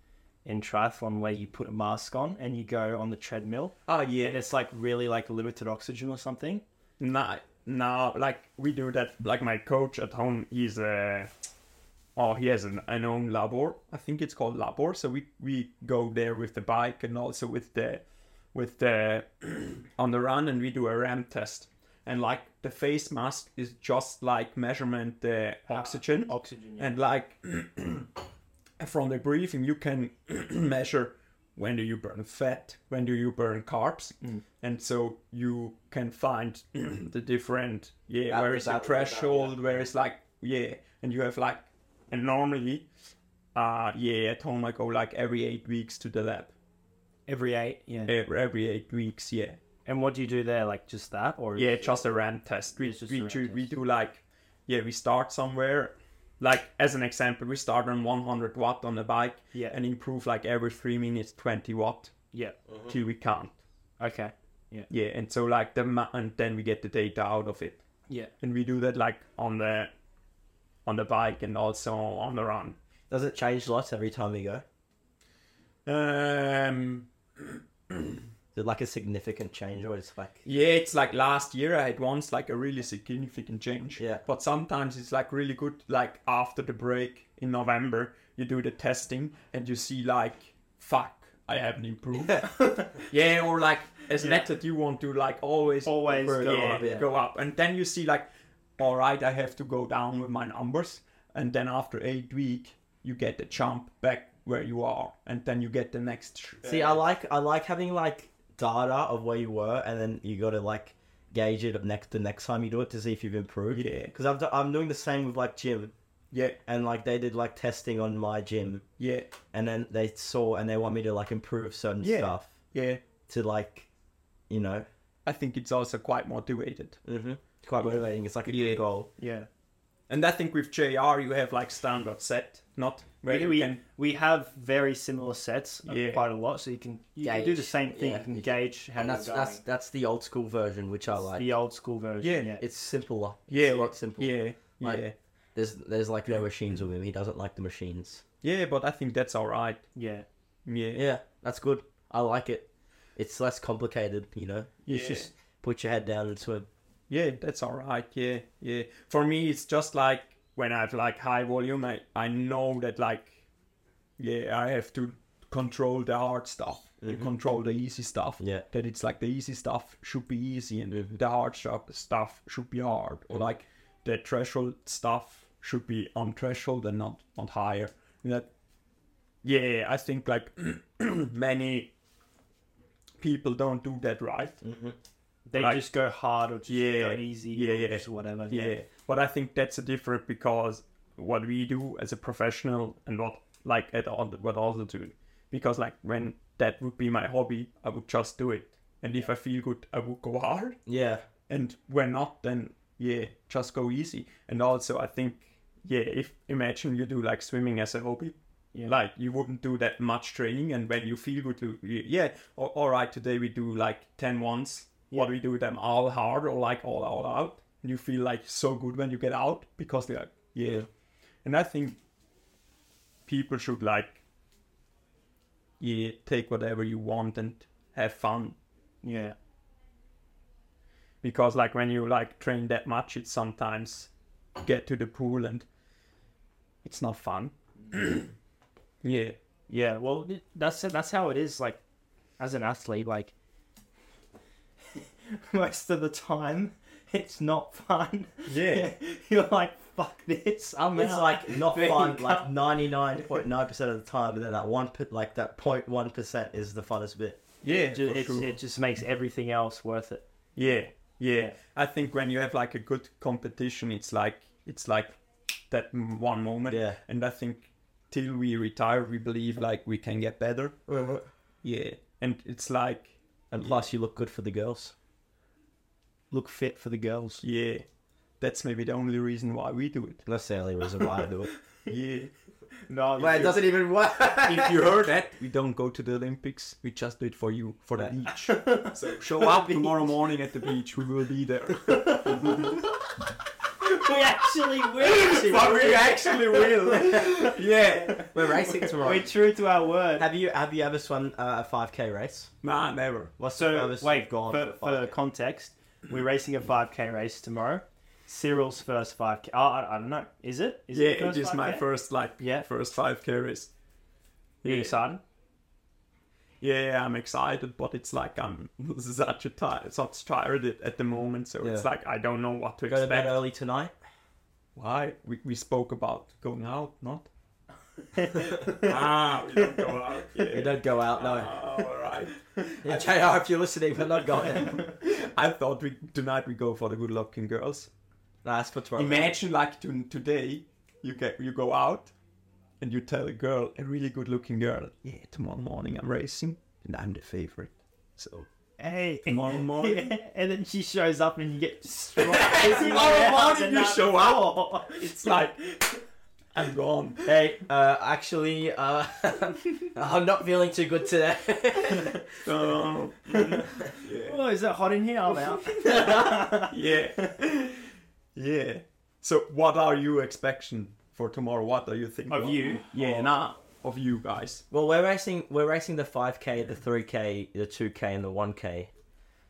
[SPEAKER 5] in triathlon where you put a mask on and you go on the treadmill
[SPEAKER 2] ah
[SPEAKER 5] and
[SPEAKER 2] yeah.
[SPEAKER 5] it's like really like limited oxygen or something.
[SPEAKER 2] Nah, nah. Like we do that. Like my coach at home, he's a. Oh, he has an, an own labor. I think it's called labor. So we, we go there with the bike and also with the, with the, on the run and we do a ramp test. And like the face mask is just like measurement the oxygen.
[SPEAKER 5] Oxygen. Yeah.
[SPEAKER 2] And like from the briefing, you can measure when do you burn fat, when do you burn carbs, and so you can find the different yeah
[SPEAKER 3] That-
[SPEAKER 2] where is the
[SPEAKER 3] that- that-
[SPEAKER 2] threshold, where is like yeah, and you have like and normally uh yeah at home I go like every eight weeks to the lab
[SPEAKER 5] Every eight. Yeah.
[SPEAKER 2] every, every eight weeks yeah
[SPEAKER 5] And what do you do there? Like just that or
[SPEAKER 2] yeah, just a rand test. We,
[SPEAKER 5] It's just
[SPEAKER 2] we,
[SPEAKER 5] a rand
[SPEAKER 2] do, we
[SPEAKER 5] test.
[SPEAKER 2] do like, yeah, we start somewhere. Like, as an example, we start on 100 watt on the bike
[SPEAKER 5] Yeah.
[SPEAKER 2] and improve like every three minutes 20 watt
[SPEAKER 5] Yeah.
[SPEAKER 2] till we can't.
[SPEAKER 5] Okay. Yeah.
[SPEAKER 2] Yeah, and so like the ma- and then we get the data out of it,
[SPEAKER 5] Yeah.
[SPEAKER 2] and we do that like on the on the bike and also on the run.
[SPEAKER 3] Does it change lots every time you go?
[SPEAKER 2] Um,
[SPEAKER 3] Is it like a significant change or it's like
[SPEAKER 2] Yeah, it's like last year I had once like a really significant change.
[SPEAKER 3] Yeah.
[SPEAKER 2] But sometimes it's like really good, like after the break in November, you do the testing and you see like, fuck, I haven't improved. yeah, or like as an athlete you want to like always
[SPEAKER 5] Always
[SPEAKER 2] go,
[SPEAKER 5] go
[SPEAKER 2] yeah,
[SPEAKER 5] up, yeah.
[SPEAKER 2] go up. And then you see like all right, I have to go down with my numbers, and then after eight week, you get the jump back where you are, and then you get the next. Sh-
[SPEAKER 3] See, I like I like having like data of where you were, and then you got to like gauge it up next the next time you do it to see if you've improved.
[SPEAKER 2] Yeah.
[SPEAKER 3] Because I've do, I'm doing the same with like gym,
[SPEAKER 2] yeah,
[SPEAKER 3] and like they did like testing on my gym,
[SPEAKER 2] yeah,
[SPEAKER 3] and then they saw and they want me to like improve certain
[SPEAKER 2] Yeah.
[SPEAKER 3] stuff
[SPEAKER 2] yeah.
[SPEAKER 3] to like, you know,
[SPEAKER 2] I think it's also quite motivated.
[SPEAKER 3] mm-hmm. it's quite motivating. It's like a
[SPEAKER 2] Yeah.
[SPEAKER 3] good goal.
[SPEAKER 5] Yeah.
[SPEAKER 2] And I think with JR, you have like standard set, not where
[SPEAKER 5] We,
[SPEAKER 2] you
[SPEAKER 5] we,
[SPEAKER 2] can.
[SPEAKER 5] we have very similar sets uh,
[SPEAKER 2] Yeah.
[SPEAKER 5] quite a lot, so you can you can do
[SPEAKER 3] Gauge,
[SPEAKER 5] the same thing.
[SPEAKER 3] yeah.
[SPEAKER 5] You can gauge how
[SPEAKER 3] And
[SPEAKER 5] you're
[SPEAKER 3] that's that's
[SPEAKER 5] going.
[SPEAKER 3] that's the old school version, which I like.
[SPEAKER 5] the old school version.
[SPEAKER 2] Yeah.
[SPEAKER 5] Yeah,
[SPEAKER 3] It's simpler.
[SPEAKER 2] Yeah,
[SPEAKER 3] it's a
[SPEAKER 2] like,
[SPEAKER 3] lot simpler.
[SPEAKER 2] yeah,
[SPEAKER 3] Like-
[SPEAKER 2] yeah,
[SPEAKER 3] There's there's like no machines with him. He doesn't like the machines.
[SPEAKER 2] yeah. But I think that's all right.
[SPEAKER 5] yeah.
[SPEAKER 2] Yeah,
[SPEAKER 3] Yeah, that's good. I like it. It's less complicated, you know.
[SPEAKER 2] Yeah.
[SPEAKER 3] It's just put your head down and swim.
[SPEAKER 2] Yeah, that's all right. Yeah, yeah. For me, it's just like when I have like high volume, I, I know that like, yeah, I have to control the hard stuff. You control the easy stuff.
[SPEAKER 3] Yeah.
[SPEAKER 2] That it's like the easy stuff should be easy and the hard stuff stuff should be hard. Or like the threshold stuff should be on threshold and not not higher. And that, yeah, I think like many people don't do that right.
[SPEAKER 5] They
[SPEAKER 2] Like-
[SPEAKER 5] just go hard or just
[SPEAKER 2] Yeah.
[SPEAKER 5] go easy
[SPEAKER 2] Yeah,
[SPEAKER 5] or
[SPEAKER 2] yeah.
[SPEAKER 5] just whatever.
[SPEAKER 2] Yeah, but I think that's a different because what we do as a professional and what like at all what also do, because like when that would be my hobby, I would just do it, and if I feel good, I would go hard,
[SPEAKER 3] Yeah.
[SPEAKER 2] and when not, then yeah, just go easy. And also, I think yeah, if imagine you do like swimming as a hobby.
[SPEAKER 5] Yeah.
[SPEAKER 2] Like you wouldn't do that much training, and when you feel good, you- you- yeah, or, all right, today we do like 10 ones. What we do them all hard or like all all out. You feel like so good when you get out because they're like, yeah. And I think people should like, yeah, take whatever you want and have fun
[SPEAKER 5] yeah.
[SPEAKER 2] because like when you like train that much it sometimes get to the pool and it's not fun yeah
[SPEAKER 5] Yeah, well, th- that's it- that's how it is. Like, as an athlete, like most of the time, it's not fun.
[SPEAKER 2] Yeah.
[SPEAKER 5] you're like, fuck this. I'm
[SPEAKER 3] It's
[SPEAKER 5] out."
[SPEAKER 3] like not
[SPEAKER 5] There you
[SPEAKER 3] fun
[SPEAKER 5] go.
[SPEAKER 3] like ninety nine point nine percent of the time, but then that one per- like that point one percent is the funnest bit.
[SPEAKER 2] yeah
[SPEAKER 5] Ju- it's, it just makes everything else worth it.
[SPEAKER 2] yeah yeah
[SPEAKER 5] Yeah.
[SPEAKER 2] i think when you have like a good competition it's like it's like that m- one moment
[SPEAKER 3] Yeah.
[SPEAKER 2] and i think till we retire we believe like we can get better yeah and it's like
[SPEAKER 3] And plus, you look good for the girls. Look fit for the girls.
[SPEAKER 2] yeah that's maybe the only reason why we do it
[SPEAKER 3] That's the only reason why I do it.
[SPEAKER 2] yeah
[SPEAKER 5] No,
[SPEAKER 3] doesn't even work.
[SPEAKER 2] if you heard that, we don't go to the Olympics. We just do it for you, for the beach. So show up tomorrow morning at the beach. We will be there.
[SPEAKER 5] we actually will.
[SPEAKER 2] we actually will. yeah.
[SPEAKER 3] We're racing tomorrow.
[SPEAKER 5] We're true to our word.
[SPEAKER 3] Have you have you ever swum uh, a five k race?
[SPEAKER 2] Nah, never.
[SPEAKER 3] What's the
[SPEAKER 5] So
[SPEAKER 3] furthest
[SPEAKER 5] wait,
[SPEAKER 3] you've gone
[SPEAKER 5] for,
[SPEAKER 3] a
[SPEAKER 5] for
[SPEAKER 3] 5K?
[SPEAKER 5] context, we're racing a 5k race tomorrow. Cyril's first 5k. Oh, I, I don't know. Is it? Is
[SPEAKER 2] yeah,
[SPEAKER 5] it, the
[SPEAKER 2] it is my
[SPEAKER 5] 5K?
[SPEAKER 2] first like
[SPEAKER 5] Yeah.
[SPEAKER 2] first five k race.
[SPEAKER 5] You excited?
[SPEAKER 2] Yeah, I'm excited, but it's like I'm such a tired, such tired at, at the moment. So it's
[SPEAKER 3] Yeah.
[SPEAKER 2] like I don't know what to
[SPEAKER 3] Go to bed
[SPEAKER 2] expect.
[SPEAKER 3] early tonight.
[SPEAKER 2] Why? We, we spoke about going out, not. ah, we don't go out.
[SPEAKER 3] We
[SPEAKER 2] Yeah.
[SPEAKER 3] don't go out, no.
[SPEAKER 2] Ah, all right.
[SPEAKER 3] Yeah, JR, if you're listening, we're not going. no,
[SPEAKER 2] I thought we tonight we go for the good looking girls.
[SPEAKER 3] that's for tomorrow.
[SPEAKER 2] Imagine like to, today you get you go out and you tell a girl, a really good looking girl, yeah, tomorrow morning I'm racing and I'm the favorite. So
[SPEAKER 5] Hey.
[SPEAKER 2] tomorrow morning
[SPEAKER 5] and then she shows up and you get destroyed.
[SPEAKER 2] tomorrow morning you show up.
[SPEAKER 5] up.
[SPEAKER 2] It's like I'm gone.
[SPEAKER 3] Hey, uh, actually, uh, I'm not feeling too good today.
[SPEAKER 2] So,
[SPEAKER 5] Oh, is it hot in here? I'm out.
[SPEAKER 2] yeah. Yeah. So what are your expectation for tomorrow? What are you thinking?
[SPEAKER 5] Of you?
[SPEAKER 2] Yeah, nah. Of you guys.
[SPEAKER 3] well, we're racing. We're racing the 5k, the 3k, the 2k, and the 1k.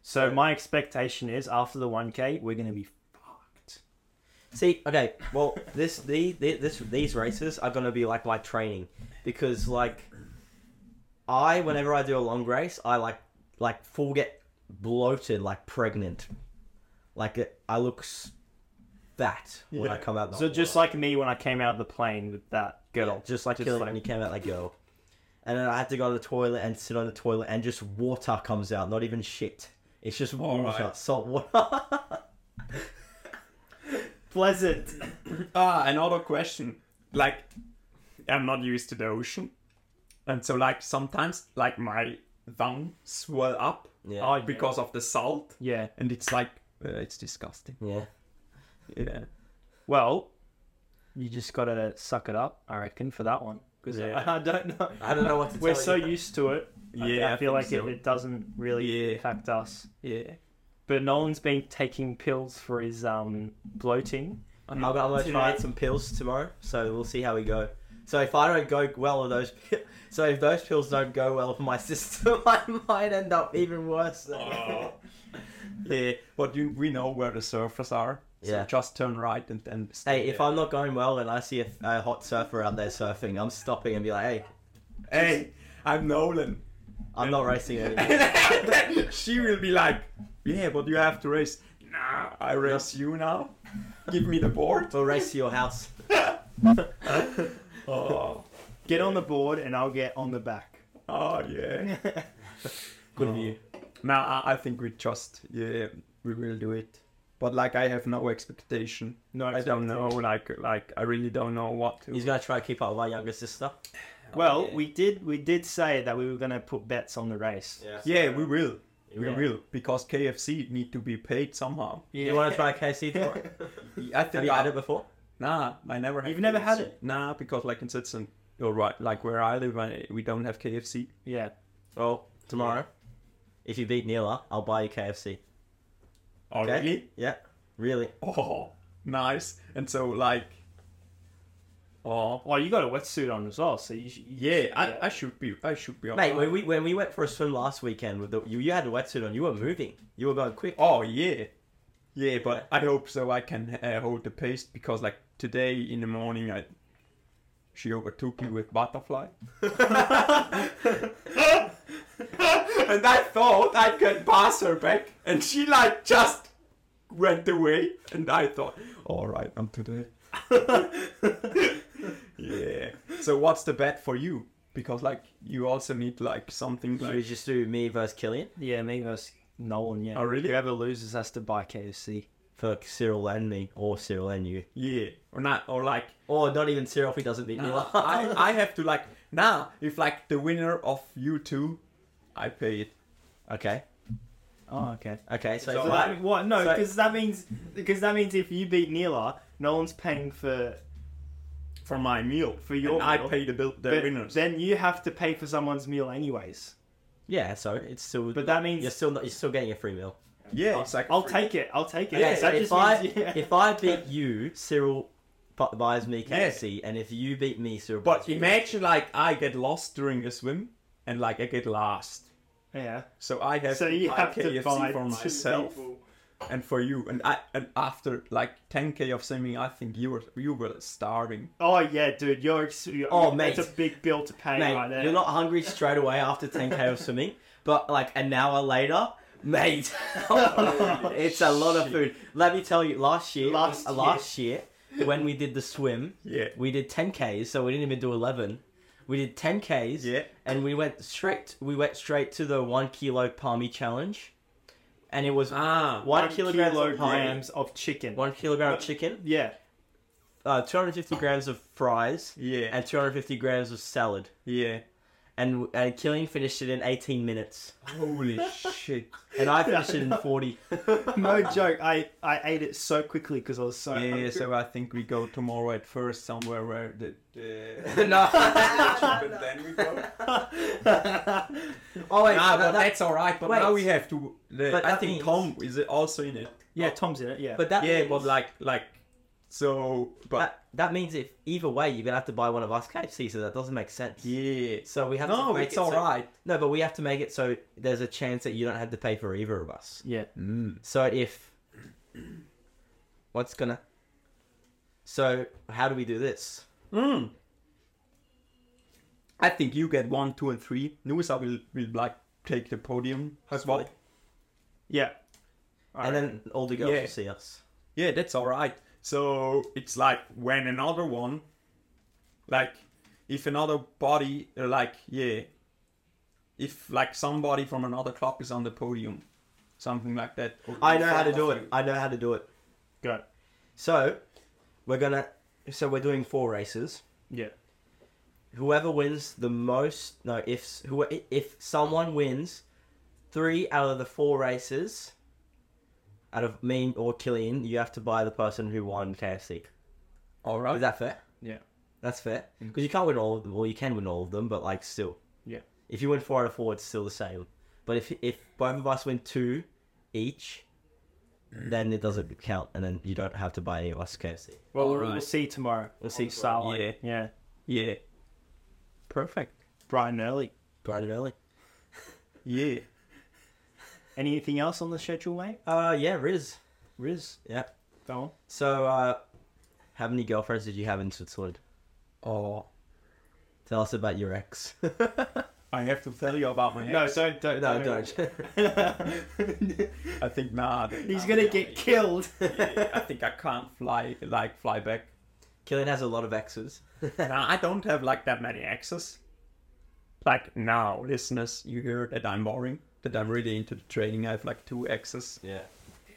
[SPEAKER 5] So my expectation is after the 1K, we're gonna be fucked.
[SPEAKER 3] See, okay, well, this the, the this these races are gonna be like my training because like I whenever I do a long race, I like like full get bloated, like pregnant, like I look s- that when I
[SPEAKER 2] Yeah.
[SPEAKER 3] come out. The
[SPEAKER 5] So just like me when I came out of the plane with that girl.
[SPEAKER 3] just like
[SPEAKER 5] Just
[SPEAKER 3] Killian
[SPEAKER 5] like-
[SPEAKER 3] when he came out that girl. And then I had to go to the toilet and sit on the toilet, and just water comes out. Not even shit. It's just water,
[SPEAKER 2] Alright.
[SPEAKER 3] salt water.
[SPEAKER 5] Pleasant.
[SPEAKER 2] Ah, another question. Like, I'm not used to the ocean, and so like sometimes like my lung swell up
[SPEAKER 3] Oh, Yeah.
[SPEAKER 2] uh, because of the salt,
[SPEAKER 5] Yeah.
[SPEAKER 2] and it's like uh, it's disgusting.
[SPEAKER 3] yeah.
[SPEAKER 2] Yeah.
[SPEAKER 5] Well, you just gotta suck it up, I reckon, for that one. 'Cause
[SPEAKER 2] Yeah.
[SPEAKER 5] I, I don't know.
[SPEAKER 3] I don't know what to
[SPEAKER 5] We're
[SPEAKER 3] tell
[SPEAKER 5] so
[SPEAKER 3] you.
[SPEAKER 5] used to it. I- I,
[SPEAKER 2] Yeah, I
[SPEAKER 5] feel like
[SPEAKER 2] think so.
[SPEAKER 5] it, it doesn't really
[SPEAKER 2] Yeah.
[SPEAKER 5] affect us.
[SPEAKER 2] Yeah.
[SPEAKER 5] But Nolan's been taking pills for his um bloating.
[SPEAKER 3] I'm gonna, I'm gonna try
[SPEAKER 5] Tonight.
[SPEAKER 3] some pills tomorrow, so we'll see how we go. So if I don't go well with those, pi- so if those pills don't go well for my system, I might end up even worse.
[SPEAKER 2] Oh.
[SPEAKER 3] Than
[SPEAKER 2] Yeah. But you, we know where the surfers are. So
[SPEAKER 3] Yeah.
[SPEAKER 2] Just turn right and then.
[SPEAKER 3] Hey, if I'm not going well and I see a, a hot surfer out there surfing, I'm stopping and be like, hey,
[SPEAKER 2] Hey, I'm Nolan.
[SPEAKER 3] I'm not racing anymore.
[SPEAKER 2] she will be like, yeah, but you have to race. Nah, I race you now. Give me the board.
[SPEAKER 3] We'll race to your house.
[SPEAKER 2] Oh,
[SPEAKER 5] Get on the board and I'll get on the back.
[SPEAKER 2] oh yeah.
[SPEAKER 3] Good view.
[SPEAKER 2] Oh. Now I, I think we just yeah we will do it. But like I have no expectation.
[SPEAKER 5] No
[SPEAKER 2] I don't know. Like like I really don't know what to.
[SPEAKER 3] He's gonna try to keep up with my younger sister.
[SPEAKER 5] Well,
[SPEAKER 2] Oh, yeah.
[SPEAKER 5] we did we did say that we were gonna put bets on the race.
[SPEAKER 2] yeah, we will. We
[SPEAKER 3] Yeah.
[SPEAKER 2] will because KFC need to be paid somehow.
[SPEAKER 3] You want to try KC tomorrow?
[SPEAKER 2] I
[SPEAKER 3] Have
[SPEAKER 2] think
[SPEAKER 3] you
[SPEAKER 2] I,
[SPEAKER 3] had it before?
[SPEAKER 2] Nah, I never. Had
[SPEAKER 5] You've never had
[SPEAKER 2] KFC. Nah, because like in Switzerland, or right, like where I live, I, we don't have KFC.
[SPEAKER 5] Yeah.
[SPEAKER 3] Well, tomorrow, if you beat Neela, I'll buy you KFC.
[SPEAKER 2] Oh
[SPEAKER 3] Okay?
[SPEAKER 2] really?
[SPEAKER 3] Yeah, really.
[SPEAKER 2] Oh, nice. And so like, oh
[SPEAKER 5] Well, you got a wetsuit on as well, so you. Should, you
[SPEAKER 2] yeah, I,
[SPEAKER 5] Yeah.
[SPEAKER 2] I should be I should be.
[SPEAKER 3] Mate, when we when we went for a swim last weekend with the you, you had a wetsuit on, you were moving. You were going quick.
[SPEAKER 2] Oh yeah, yeah. But I hope so. I can uh, hold the pace because like today in the morning, I she overtook me with butterfly, and I thought I could pass her back, and she like just went away, and I thought, all right, I'm today. yeah. So what's the bet for you? Because like you also need like something
[SPEAKER 3] Should we
[SPEAKER 2] like
[SPEAKER 3] just do me versus Killian
[SPEAKER 5] yeah, me versus Nolan. Yeah.
[SPEAKER 2] Oh, really?
[SPEAKER 5] Whoever loses has to buy KFC.
[SPEAKER 3] for Cyril and me, or Cyril and you,
[SPEAKER 2] yeah or not or like
[SPEAKER 3] or not even Cyril if he doesn't beat
[SPEAKER 2] Nah,
[SPEAKER 3] Neela.
[SPEAKER 2] I, I have to like now if like the winner of you two, I pay it.
[SPEAKER 3] okay,
[SPEAKER 5] Oh, okay.
[SPEAKER 3] okay. So,
[SPEAKER 5] So
[SPEAKER 3] for
[SPEAKER 5] that,
[SPEAKER 3] that-
[SPEAKER 5] what? No,
[SPEAKER 3] so-
[SPEAKER 5] because that means because that means if you beat Neela, Nolan's paying for.
[SPEAKER 2] For my meal.
[SPEAKER 5] For your
[SPEAKER 2] and I
[SPEAKER 5] meal.
[SPEAKER 2] pay the bill the
[SPEAKER 5] but
[SPEAKER 2] winners.
[SPEAKER 5] Then you have to pay for someone's meal anyways.
[SPEAKER 3] yeah, so it's still.
[SPEAKER 5] But that means
[SPEAKER 3] you're still not. You're still getting a free meal.
[SPEAKER 2] yeah, it's like
[SPEAKER 5] I'll
[SPEAKER 2] free.
[SPEAKER 5] take it. I'll take it.
[SPEAKER 3] Okay,
[SPEAKER 5] Yes,
[SPEAKER 3] so
[SPEAKER 5] that
[SPEAKER 3] if
[SPEAKER 5] just
[SPEAKER 3] I
[SPEAKER 5] means, yeah.
[SPEAKER 3] if I beat you, Cyril bu- buys me KFC, and if you beat me, Cyril.
[SPEAKER 2] But
[SPEAKER 3] buys you.
[SPEAKER 2] imagine like I get lost during a swim and like I get last.
[SPEAKER 5] yeah.
[SPEAKER 2] So I have
[SPEAKER 5] So you
[SPEAKER 2] buy
[SPEAKER 5] have
[SPEAKER 2] KFC
[SPEAKER 5] to buy
[SPEAKER 2] for
[SPEAKER 5] two
[SPEAKER 2] myself
[SPEAKER 5] people.
[SPEAKER 2] and for you. And I and after like 10k of swimming, I think you were you were starving.
[SPEAKER 5] Oh yeah, dude, you're, ex- you're
[SPEAKER 3] Oh, mate.
[SPEAKER 5] that's a big bill to pay
[SPEAKER 3] mate,
[SPEAKER 5] right there.
[SPEAKER 3] you're not hungry straight away after 10k of swimming, but like an hour later, mate, oh, it's a lot of food. Let me tell you, last year,
[SPEAKER 5] Last
[SPEAKER 3] uh, last year when we did the swim,
[SPEAKER 2] Yeah.
[SPEAKER 3] we did 10ks, so we didn't even do 11. We did 10ks,
[SPEAKER 2] Yeah.
[SPEAKER 3] and we went straight. We went straight to the one kilo palmy challenge, and it was
[SPEAKER 2] Ah.
[SPEAKER 3] one kilogram of palmy,
[SPEAKER 5] kilograms of chicken.
[SPEAKER 3] one kilogram of chicken,
[SPEAKER 5] Yeah,
[SPEAKER 3] uh, 250 grams of fries,
[SPEAKER 2] Yeah.
[SPEAKER 3] and 250 grams of salad
[SPEAKER 2] yeah.
[SPEAKER 3] and and Killian finished it in 18 minutes,
[SPEAKER 2] Holy shit.
[SPEAKER 3] and I finished it in 40.
[SPEAKER 5] no joke. I I ate it so quickly because I was so
[SPEAKER 2] Yeah,
[SPEAKER 5] hungry.
[SPEAKER 2] so I think we go tomorrow at first somewhere where the, the
[SPEAKER 3] no.
[SPEAKER 2] then we go.
[SPEAKER 3] oh wait,
[SPEAKER 2] Nah, but
[SPEAKER 3] that- that-
[SPEAKER 2] that's all right. But
[SPEAKER 3] wait.
[SPEAKER 2] now we have to. The,
[SPEAKER 3] But
[SPEAKER 2] I
[SPEAKER 3] that
[SPEAKER 2] think
[SPEAKER 3] means-
[SPEAKER 2] Tom is also in it.
[SPEAKER 5] yeah, Tom's in it. Yeah,
[SPEAKER 3] but that
[SPEAKER 2] yeah,
[SPEAKER 3] means,
[SPEAKER 2] but like, like, so, but
[SPEAKER 3] that, that means if either way you're gonna have to buy one of us KFC, so that doesn't make sense.
[SPEAKER 2] yeah.
[SPEAKER 3] So we have to
[SPEAKER 2] No,
[SPEAKER 3] make
[SPEAKER 2] it's
[SPEAKER 3] it so-
[SPEAKER 2] all right.
[SPEAKER 3] No, but we have to make it so there's a chance that you don't have to pay for either of us.
[SPEAKER 5] yeah,
[SPEAKER 3] So if what's gonna so how do we do this?
[SPEAKER 2] Mm. I think you get one, two, and three. Nusa will will like take the podium as well.
[SPEAKER 5] yeah.
[SPEAKER 3] and then all the girls
[SPEAKER 2] Yeah.
[SPEAKER 3] will see us.
[SPEAKER 2] Yeah, that's all right. So it's like when another one, like if another body, uh, like yeah, if like somebody from another club is on the podium, something like that. or
[SPEAKER 3] I
[SPEAKER 2] in
[SPEAKER 3] know how to
[SPEAKER 2] front
[SPEAKER 3] do
[SPEAKER 2] of
[SPEAKER 3] it.
[SPEAKER 2] you.
[SPEAKER 3] I know how to do it.
[SPEAKER 5] Go.
[SPEAKER 3] So we're gonna. So we're doing four races.
[SPEAKER 5] Yeah.
[SPEAKER 3] Whoever wins the most. No, if s- who if someone wins three out of the four races, out of me or Killian, you have to buy the person who won KFC.
[SPEAKER 2] All right.
[SPEAKER 3] Is that fair?
[SPEAKER 5] Yeah.
[SPEAKER 3] That's fair. Because you can't win all of them. Well, you can win all of them, but like still.
[SPEAKER 5] Yeah.
[SPEAKER 3] If you win four out of four, it's still the same. But if if both of us win two each, then it doesn't count, and then you don't have to buy any of us KFC.
[SPEAKER 5] Well, we'll-
[SPEAKER 2] Alright.
[SPEAKER 5] we'll see you tomorrow. We'll see
[SPEAKER 2] the
[SPEAKER 5] Starlight.
[SPEAKER 2] road.
[SPEAKER 5] Yeah. yeah.
[SPEAKER 2] yeah. Perfect.
[SPEAKER 5] Brian Early.
[SPEAKER 3] Bright and early.
[SPEAKER 2] Yeah.
[SPEAKER 5] Anything else on the schedule, mate?
[SPEAKER 3] Uh, yeah, Riz.
[SPEAKER 5] Riz,
[SPEAKER 3] Yeah.
[SPEAKER 5] go on.
[SPEAKER 3] So, uh, how many girlfriends did you have in Switzerland?
[SPEAKER 2] Oh,
[SPEAKER 3] Tell us about your ex. no,
[SPEAKER 2] I have to tell you about my. ex.
[SPEAKER 5] don't, don't,
[SPEAKER 3] don't.
[SPEAKER 2] I think nah. I think
[SPEAKER 5] He's
[SPEAKER 2] I'm
[SPEAKER 5] gonna
[SPEAKER 2] not-
[SPEAKER 5] get killed.
[SPEAKER 2] Yeah, I think I can't fly like fly back.
[SPEAKER 3] Killian has a lot of exes.
[SPEAKER 2] Nah, I don't have like that many exes. Like now, listeners, you hear that I'm boring, that I'm really into the training. I have like two exes.
[SPEAKER 3] Yeah.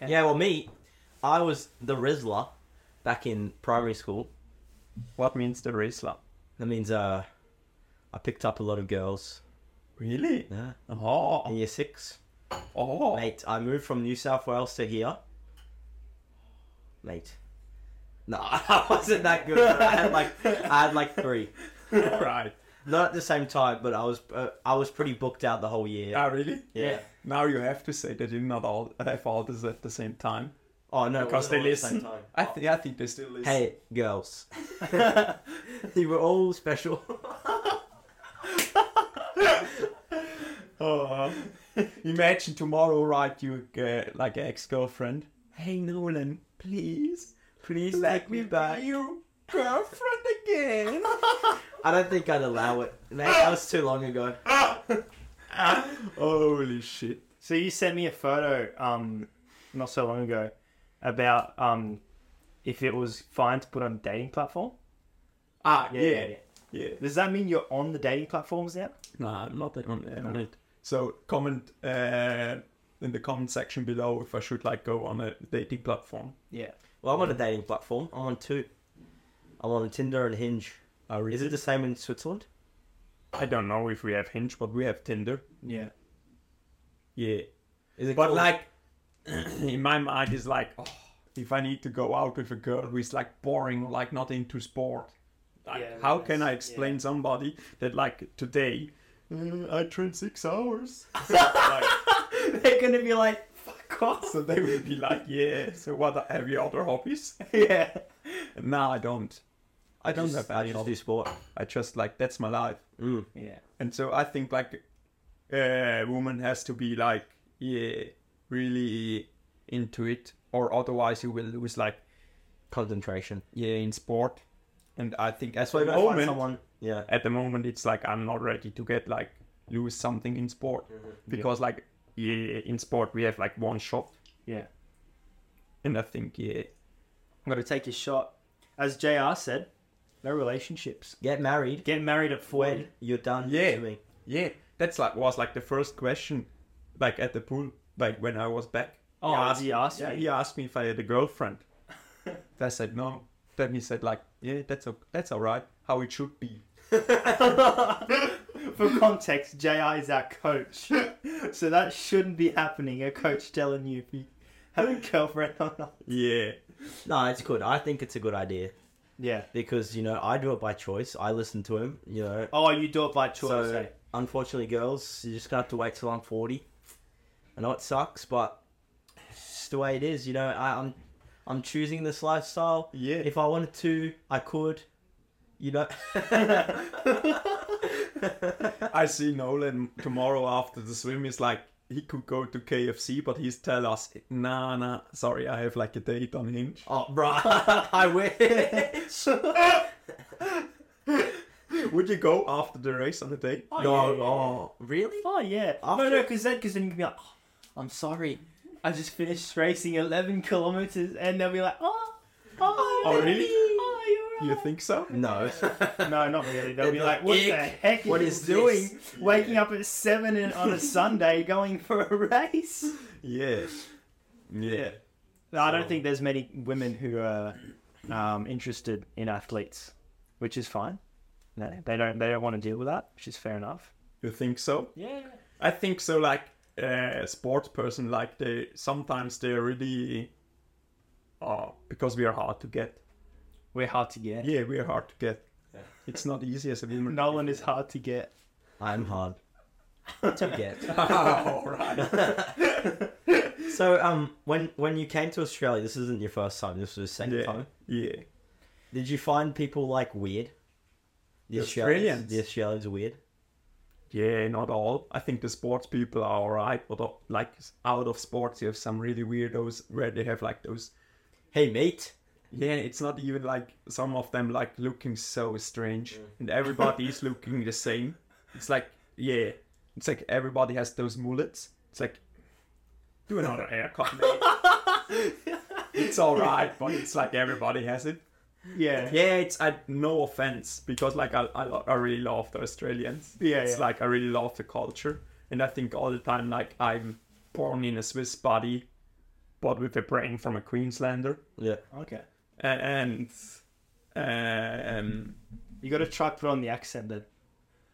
[SPEAKER 3] Yeah, well, me, I was the Rizzler back in primary school.
[SPEAKER 2] What means the Rizzler?
[SPEAKER 3] That means uh, I picked up a lot of girls.
[SPEAKER 2] Really?
[SPEAKER 3] Yeah. In
[SPEAKER 2] Oh,
[SPEAKER 3] year six,
[SPEAKER 2] oh.
[SPEAKER 3] mate, I moved from New South Wales to here, mate. No, I wasn't that good. but I had like I had like three,
[SPEAKER 2] right.
[SPEAKER 3] not at the same time, but I was uh, I was pretty booked out the whole year.
[SPEAKER 2] Ah, really?
[SPEAKER 3] Uh, yeah.
[SPEAKER 2] Now you have to say that you not all have all this at the same time
[SPEAKER 3] Oh no, it
[SPEAKER 2] because they
[SPEAKER 3] wasn't all at the same
[SPEAKER 2] listen.
[SPEAKER 3] time.
[SPEAKER 2] I, th- I think they still listen.
[SPEAKER 3] Hey, girls, you were all special.
[SPEAKER 2] Oh, imagine tomorrow, right? You uh, like ex girlfriend. Hey Nolan, please,
[SPEAKER 3] Please
[SPEAKER 2] let
[SPEAKER 3] take
[SPEAKER 2] me
[SPEAKER 3] me
[SPEAKER 2] be
[SPEAKER 3] back.
[SPEAKER 2] your girlfriend again.
[SPEAKER 3] I don't think I'd allow it. Mate, that was too long ago.
[SPEAKER 2] Holy shit!
[SPEAKER 5] So you sent me a photo um not so long ago about um if it was fine to put on a dating platform.
[SPEAKER 2] Ah, yeah, yeah.
[SPEAKER 5] yeah, Does that mean you're on the dating platforms now?
[SPEAKER 2] Nah, I'm not on, uh, on it. So comment uh, in the comment section below if I should like go on a dating platform.
[SPEAKER 5] Yeah.
[SPEAKER 3] Well, I'm on a dating platform. I'm on two. I'm on Tinder and Hinge.
[SPEAKER 2] I
[SPEAKER 3] Is it the same in Switzerland?
[SPEAKER 2] I don't know if we have Hinge, but we have Tinder.
[SPEAKER 5] Yeah.
[SPEAKER 2] Yeah.
[SPEAKER 3] Is it
[SPEAKER 2] But
[SPEAKER 3] called-
[SPEAKER 2] like, in my mind, it's like, oh, if I need to go out with a girl who is like boring, like not into sport, like,
[SPEAKER 5] Yeah,
[SPEAKER 2] how can I
[SPEAKER 5] that's-
[SPEAKER 2] explain somebody that like today "Uh, I trained six hours?
[SPEAKER 5] They're gonna be like, fuck off.
[SPEAKER 2] so they will be like, yeah. So what are, have you other hobbies?
[SPEAKER 5] yeah.
[SPEAKER 2] no, I don't. I don't
[SPEAKER 3] Just-
[SPEAKER 2] have
[SPEAKER 3] I
[SPEAKER 2] any
[SPEAKER 3] just do
[SPEAKER 2] hobbies.
[SPEAKER 3] sport.
[SPEAKER 2] I just like that's my life.
[SPEAKER 3] Mm.
[SPEAKER 5] Yeah.
[SPEAKER 2] And so I think like a woman has to be like yeah really into it, or otherwise you will lose like
[SPEAKER 3] Concentration.
[SPEAKER 2] yeah in sport. And I think at
[SPEAKER 3] So
[SPEAKER 2] the
[SPEAKER 3] you don't
[SPEAKER 2] moment,
[SPEAKER 3] find someone. Yeah.
[SPEAKER 2] at the moment it's like I'm not ready to get like lose something in sport because like yeah in sport we have like one shot,
[SPEAKER 5] Yeah.
[SPEAKER 2] and I think yeah
[SPEAKER 5] Gotta take your shot. As JR said, no relationships.
[SPEAKER 3] Get married.
[SPEAKER 5] Get married at 40.
[SPEAKER 3] When you're done
[SPEAKER 2] Yeah.
[SPEAKER 3] swimming.
[SPEAKER 2] yeah that's like was like the first question like at the pool like when I was back.
[SPEAKER 5] Oh,
[SPEAKER 2] He
[SPEAKER 5] he asked
[SPEAKER 2] Yeah,
[SPEAKER 5] you?
[SPEAKER 2] he asked me if I had a girlfriend. I said no. Then he said like, yeah, that's o- that's all right. How it should be.
[SPEAKER 5] For context, JR is our coach. So that shouldn't be happening. A coach telling you if you have a girlfriend or not.
[SPEAKER 2] Yeah.
[SPEAKER 3] No, it's good. I think it's a good idea
[SPEAKER 5] Yeah.
[SPEAKER 3] because you know I do it by choice. I listen to him. You know.
[SPEAKER 5] Oh, you do it by choice.
[SPEAKER 3] so
[SPEAKER 5] eh?
[SPEAKER 3] unfortunately, girls, you just gonna have to wait till I'm 40. I know it sucks, but it's just the way it is. You know, I, I'm I'm choosing this lifestyle.
[SPEAKER 2] Yeah.
[SPEAKER 3] If I wanted to, I could. You know.
[SPEAKER 2] I see Nolan tomorrow after the swim. Is like he could go to KFC, but he's tell us, nah, nah, sorry, I have like a date on Hinge.
[SPEAKER 3] Oh, bruh. I wish.
[SPEAKER 2] Would you go after the race on a date?
[SPEAKER 3] no,
[SPEAKER 5] yeah, yeah,
[SPEAKER 3] oh, really?
[SPEAKER 5] Oh yeah.
[SPEAKER 3] After-
[SPEAKER 5] No, no, because then, because then you can be like, "Oh, I'm sorry, I just finished racing 11 kilometers, and they'll be like, oh, Oh,
[SPEAKER 2] Oh, really?
[SPEAKER 5] Oh, you're
[SPEAKER 2] You
[SPEAKER 5] right.
[SPEAKER 2] think so?
[SPEAKER 3] No.
[SPEAKER 5] No, not really. They'll be
[SPEAKER 3] The
[SPEAKER 5] like, "What the
[SPEAKER 3] ick.
[SPEAKER 5] heck
[SPEAKER 3] What
[SPEAKER 5] is
[SPEAKER 3] is
[SPEAKER 5] doing?
[SPEAKER 3] this?"
[SPEAKER 5] Waking up at seven in, on a Sunday, going for a race."
[SPEAKER 2] Yeah. Yeah.
[SPEAKER 5] No, I don't think there's many women who are um, interested in athletes, which is fine. No, they don't. They don't want to deal with that, which is fair enough.
[SPEAKER 2] You think so?
[SPEAKER 5] Yeah.
[SPEAKER 2] I think so. Like a sports person, like they sometimes they're really, uh, because we are hard to get.
[SPEAKER 5] We're hard to get.
[SPEAKER 2] Yeah, we are hard to get. It's not easy as a woman.
[SPEAKER 5] Nolan is hard to get.
[SPEAKER 3] I'm hard to get.
[SPEAKER 2] All right.
[SPEAKER 3] So, um, when when you came to Australia, this isn't your first time. This was the second
[SPEAKER 2] Yeah.
[SPEAKER 3] time.
[SPEAKER 2] Yeah.
[SPEAKER 3] Did you find people like weird? The,
[SPEAKER 2] Australians?
[SPEAKER 3] The Australians are weird.
[SPEAKER 2] Yeah, not all. I think the sports people are alright, but uh, like out of sports, you have some really weirdos where they have like those.
[SPEAKER 3] Hey, mate.
[SPEAKER 2] Yeah, it's not even like some of them like looking so
[SPEAKER 5] Mm.
[SPEAKER 2] strange, and everybody is looking the same. It's like yeah, it's like everybody has those mullets. It's like do another haircut. Mate. it's alright, but it's like everybody has it.
[SPEAKER 5] Yeah.
[SPEAKER 2] Yeah, it's I, no offense because like I, I lo- I really love the Australians.
[SPEAKER 5] Yeah,
[SPEAKER 2] it's
[SPEAKER 5] yeah.
[SPEAKER 2] like I really love the culture, and I think all the time like I'm born in a Swiss body, but with a brain from a Queenslander,
[SPEAKER 3] Yeah.
[SPEAKER 5] Okay.
[SPEAKER 2] A- and um
[SPEAKER 5] You got to try put on the accent then.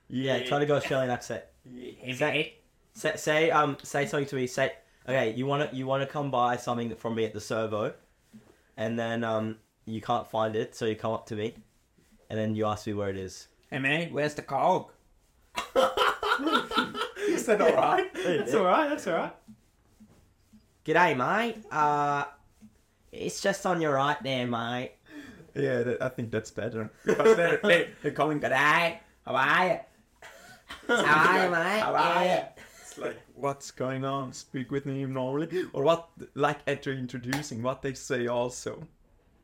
[SPEAKER 3] Yeah. Try to go Australian accent. Say, say, say, um, say something to me. Say, okay, you want to you want to come buy something from me at the servo, and then um, you can't find it, so you come up to me, and then you ask me where it is.
[SPEAKER 2] hey man, where's the coke? is that alright?
[SPEAKER 5] That's all right. That's all right.
[SPEAKER 3] G'day, mate. Uh, it's just on your right there, mate.
[SPEAKER 2] Yeah, that, I think that's better. Because they're, they, they're calling good eye. How are you?
[SPEAKER 3] How are you, mate?
[SPEAKER 2] How are you? It's like, what's going on? Speak with me normally. Or what, like, after introducing, what they say also.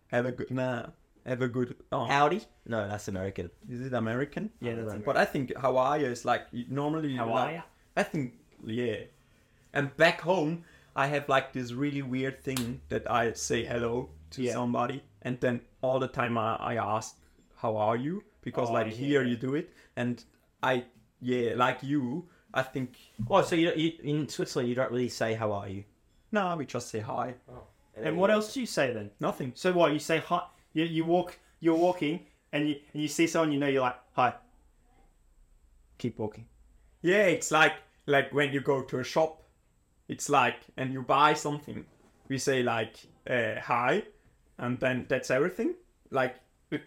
[SPEAKER 2] Have a good, nah, have a good, oh,
[SPEAKER 3] Howdy? No, that's American.
[SPEAKER 2] is it American?
[SPEAKER 5] Yeah, that's American.
[SPEAKER 2] But I think how are you is like, you- normally. you
[SPEAKER 5] How
[SPEAKER 2] like-
[SPEAKER 5] are ya?
[SPEAKER 2] I think, yeah. And back home, I have like this really weird thing that I say hello to
[SPEAKER 5] Yeah.
[SPEAKER 2] somebody, and then all the time I, I ask, "How are you?" Because
[SPEAKER 5] Oh,
[SPEAKER 2] like
[SPEAKER 5] yeah.
[SPEAKER 2] here you do it, and I yeah, like you, I think
[SPEAKER 3] Oh, so you, you in Switzerland you don't really say how are you?
[SPEAKER 2] no, we just say hi,
[SPEAKER 5] And what else do you say then?
[SPEAKER 2] nothing.
[SPEAKER 5] So what you say? Hi. You, you walk. You're walking, and you and you see someone you know. You're like, hi. Keep walking.
[SPEAKER 2] Yeah, it's like like when you go to a shop, it's like and you buy something, we say like uh, hi, and then that's everything. Like uh,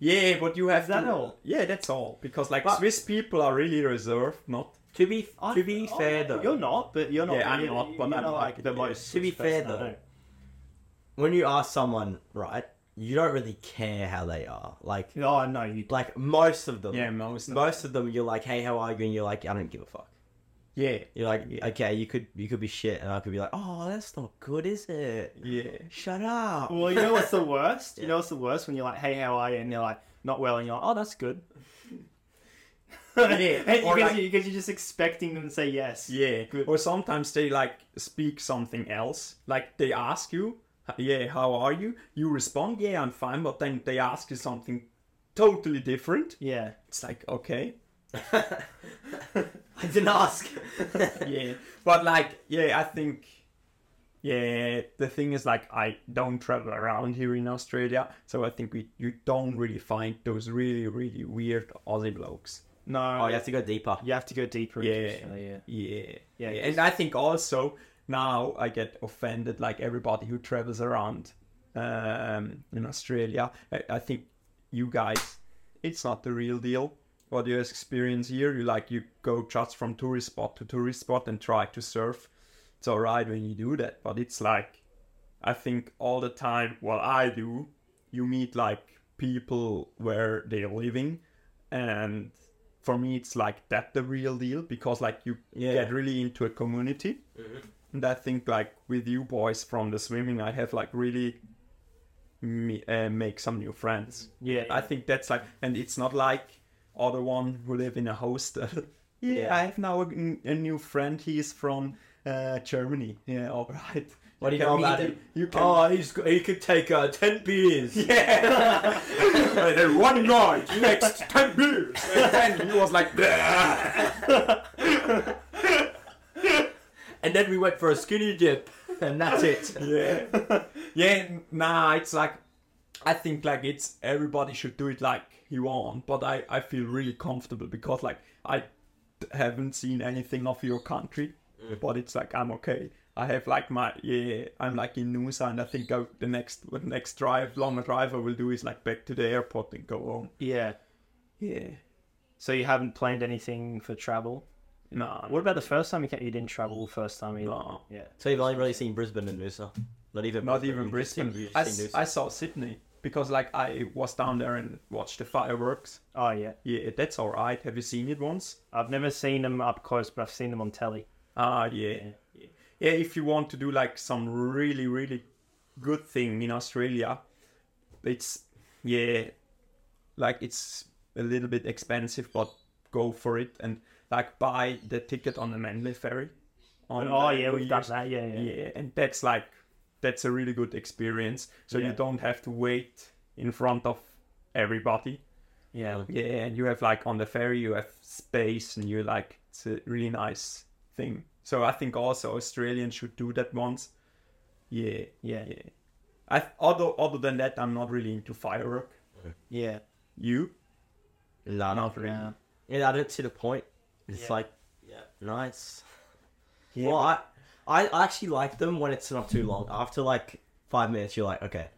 [SPEAKER 2] yeah, but you have
[SPEAKER 5] Is that
[SPEAKER 2] to-
[SPEAKER 5] all?
[SPEAKER 2] Yeah, that's all because like
[SPEAKER 3] But-
[SPEAKER 2] Swiss people are really reserved. Not
[SPEAKER 3] To be to be
[SPEAKER 5] Oh,
[SPEAKER 3] fair though,
[SPEAKER 5] you're not, but you're not.
[SPEAKER 2] Yeah, I'm
[SPEAKER 5] you're,
[SPEAKER 2] not, but
[SPEAKER 5] you're
[SPEAKER 2] I'm
[SPEAKER 5] not
[SPEAKER 2] like-
[SPEAKER 5] like the
[SPEAKER 2] yeah.
[SPEAKER 5] most.
[SPEAKER 3] To be
[SPEAKER 5] Swiss person
[SPEAKER 3] fair,
[SPEAKER 5] I
[SPEAKER 3] though.
[SPEAKER 5] know.
[SPEAKER 3] when you ask someone right, you don't really care how they are. Like
[SPEAKER 5] Oh no, you.
[SPEAKER 3] like most of them.
[SPEAKER 2] yeah, most
[SPEAKER 3] Most of them, you're like, "Hey, how are you?" And you're like, "I don't give a fuck."
[SPEAKER 2] yeah
[SPEAKER 3] You're like, "Okay, you could you could be shit," and I could be like, "Oh, that's not good, is it?"
[SPEAKER 2] yeah.
[SPEAKER 3] Shut up.
[SPEAKER 5] Well, you know what's the worst? You know what's the worst when you're like, "Hey, how are you?" and they're like, "Not well," and you're like, "Oh, that's good."
[SPEAKER 2] Yeah,
[SPEAKER 5] And
[SPEAKER 2] or
[SPEAKER 5] because,
[SPEAKER 2] like-
[SPEAKER 5] you, because you're just expecting them to say yes.
[SPEAKER 2] Yeah, or sometimes they like speak something else. Like they ask you, "H- "Yeah, how are you?" You respond, "Yeah, I'm fine," but then they ask you something totally different.
[SPEAKER 5] Yeah.
[SPEAKER 2] It's like, "Okay,
[SPEAKER 3] I didn't ask.
[SPEAKER 2] yeah." But like, yeah, I think yeah, the thing is like I don't travel around here in Australia, so I think we you don't really find those really really weird Aussie blokes.
[SPEAKER 5] No.
[SPEAKER 3] Oh, you have to go deeper.
[SPEAKER 5] You have to go deeper. into
[SPEAKER 2] Yeah.
[SPEAKER 5] Australia, yeah.
[SPEAKER 2] Yeah.
[SPEAKER 5] Yeah,
[SPEAKER 2] Yeah.
[SPEAKER 5] 'cause-
[SPEAKER 2] And I think also now I get offended like everybody who travels around um, in Australia. I, I think you guys, it's not the real deal. What you experience here, you like you go just from tourist spot to tourist spot and try to surf. It's all right when you do that, but it's like I think all the time what I do, you meet like people where they're living and for me it's like that the real deal because like you
[SPEAKER 3] Yeah. Mm-hmm.
[SPEAKER 2] get really into a community and i think like with you boys from the swimming i have like really me, uh, make some new friends
[SPEAKER 5] Yeah,
[SPEAKER 2] i think that's like and it's not like other one who live in a hostel yeah,
[SPEAKER 3] Yeah.
[SPEAKER 2] i have now a, a new friend he's from uh, germany yeah all right
[SPEAKER 3] What do you
[SPEAKER 2] can
[SPEAKER 3] know about
[SPEAKER 2] meet-
[SPEAKER 3] him?
[SPEAKER 2] You can.
[SPEAKER 3] Oh, he's g- he could take uh, ten beers.
[SPEAKER 2] Yeah. and then one night, next 10 beers. And then he was like, "Bleh."
[SPEAKER 3] And then we went for a skinny dip, and that's it.
[SPEAKER 2] yeah. Yeah, nah, it's like, I think like it's everybody should do it like you want, but I, I feel really comfortable because like I d- haven't seen anything of your country, but it's like I'm okay. I have like my yeah, I'm like in Noosa, and I think I, the next the next drive, longer drive I will do is like back to the airport and go home.
[SPEAKER 5] Yeah.
[SPEAKER 2] Yeah,
[SPEAKER 5] So you haven't planned anything for travel?
[SPEAKER 2] nah,
[SPEAKER 5] What about the first time you came? You didn't travel the first time either.
[SPEAKER 2] nah.
[SPEAKER 5] Yeah.
[SPEAKER 3] So you've only really seen Brisbane and Noosa. Not even
[SPEAKER 2] Not even
[SPEAKER 3] You've just seen-
[SPEAKER 2] Brisbane.
[SPEAKER 3] you've
[SPEAKER 2] I,
[SPEAKER 3] just seen
[SPEAKER 2] s-
[SPEAKER 3] Noosa.
[SPEAKER 2] I saw Sydney because like I was down there and watched the fireworks.
[SPEAKER 5] Oh yeah.
[SPEAKER 2] Yeah, that's all right. Have you seen it once?
[SPEAKER 5] I've never seen them up close, but I've seen them on telly.
[SPEAKER 2] Ah, yeah. yeah. if you want to do like some really, really good thing in Australia, it's, yeah, like it's a little bit expensive, but go for it and like buy the ticket on the Manly ferry. On
[SPEAKER 5] Oh
[SPEAKER 2] the-
[SPEAKER 5] yeah,
[SPEAKER 2] we
[SPEAKER 5] we've done
[SPEAKER 2] used-
[SPEAKER 5] that. Yeah, yeah.
[SPEAKER 2] yeah and that's like that's a really good experience so
[SPEAKER 5] Yeah.
[SPEAKER 2] you don't have to wait in front of everybody
[SPEAKER 5] Yeah.
[SPEAKER 2] yeah and you have like on the ferry you have space and you're like it's a really nice thing so i think also australians should do that once yeah
[SPEAKER 5] Yeah.
[SPEAKER 2] yeah i other other than that i'm not really into firework
[SPEAKER 5] Yeah.
[SPEAKER 2] you
[SPEAKER 3] Nah, not
[SPEAKER 2] really.
[SPEAKER 5] Yeah.
[SPEAKER 3] Yeah, I don't see the point. It's
[SPEAKER 5] Yeah.
[SPEAKER 3] like, yeah, nice.
[SPEAKER 5] Yeah,
[SPEAKER 3] well, I, I I actually like them when it's not too long. After like five minutes, you're like, okay,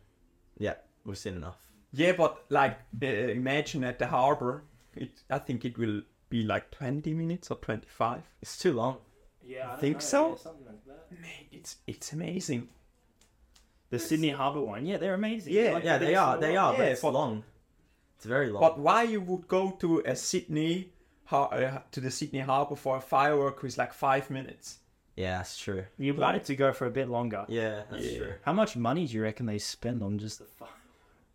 [SPEAKER 3] yeah, we've seen enough.
[SPEAKER 2] yeah but like uh, imagine at the harbor it i think it will be like 20 minutes or 25
[SPEAKER 3] It's too long.
[SPEAKER 5] Yeah. I
[SPEAKER 2] Think know, so? yeah,
[SPEAKER 5] something like that.
[SPEAKER 2] Mate, it's it's amazing
[SPEAKER 5] The Sydney Harbour one. Yeah, they're amazing.
[SPEAKER 2] Yeah.
[SPEAKER 5] Like,
[SPEAKER 3] Yeah, they are. They are. but
[SPEAKER 2] Yeah,
[SPEAKER 3] it's
[SPEAKER 2] but-
[SPEAKER 3] long. It's very long.
[SPEAKER 2] But why you would go to a Sydney har- uh, to the Sydney Harbour for a firework with like five minutes?
[SPEAKER 3] yeah, that's true.
[SPEAKER 5] You wanted to go for a bit longer.
[SPEAKER 3] Yeah, that's
[SPEAKER 2] Yeah.
[SPEAKER 3] true.
[SPEAKER 5] How much money do you reckon they spend on just the fire?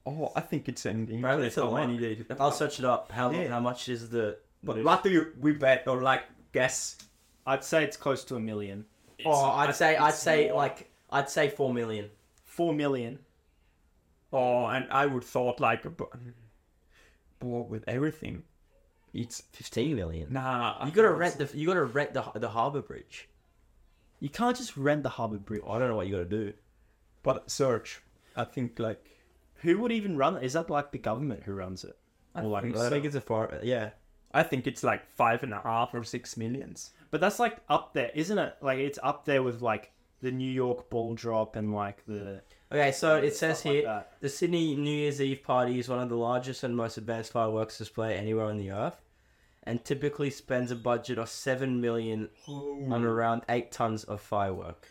[SPEAKER 2] Oh, I think it's ending. Oh,
[SPEAKER 3] Apparently it's a lot.
[SPEAKER 2] any day.
[SPEAKER 3] I'll search it up. How
[SPEAKER 2] Yeah.
[SPEAKER 3] how much is the?
[SPEAKER 2] But what do you we bet or like guess?
[SPEAKER 5] I'd say it's close to a million.
[SPEAKER 3] oh, I'd say I'd
[SPEAKER 2] it's
[SPEAKER 3] say
[SPEAKER 2] more.
[SPEAKER 3] like I'd say four million.
[SPEAKER 5] Four million.
[SPEAKER 2] Oh, and I would thought like, a bu- but with everything, it's
[SPEAKER 3] Fifteen million.
[SPEAKER 2] nah. I
[SPEAKER 3] You gotta
[SPEAKER 2] think
[SPEAKER 3] rent the you gotta rent the the harbour bridge.
[SPEAKER 5] You can't just rent the Harbour Bridge.
[SPEAKER 3] Oh, I don't know what you gotta do.
[SPEAKER 2] it's- But search, I think like
[SPEAKER 5] Who would even run it? Is that like the government who runs it?
[SPEAKER 2] oh, I,
[SPEAKER 3] Or like
[SPEAKER 2] think,
[SPEAKER 3] I
[SPEAKER 2] so.
[SPEAKER 3] think it's a far yeah.
[SPEAKER 2] I think it's like five and a half or six millions.
[SPEAKER 5] But that's like up there, isn't it? Like it's up there with like the New York ball drop and like the
[SPEAKER 3] Okay, so it says
[SPEAKER 5] Stuff like
[SPEAKER 3] here
[SPEAKER 5] that.
[SPEAKER 3] the Sydney New Year's Eve party is one of the largest and most advanced fireworks display anywhere on the earth, and typically spends a budget of seven million on around eight tons of firework.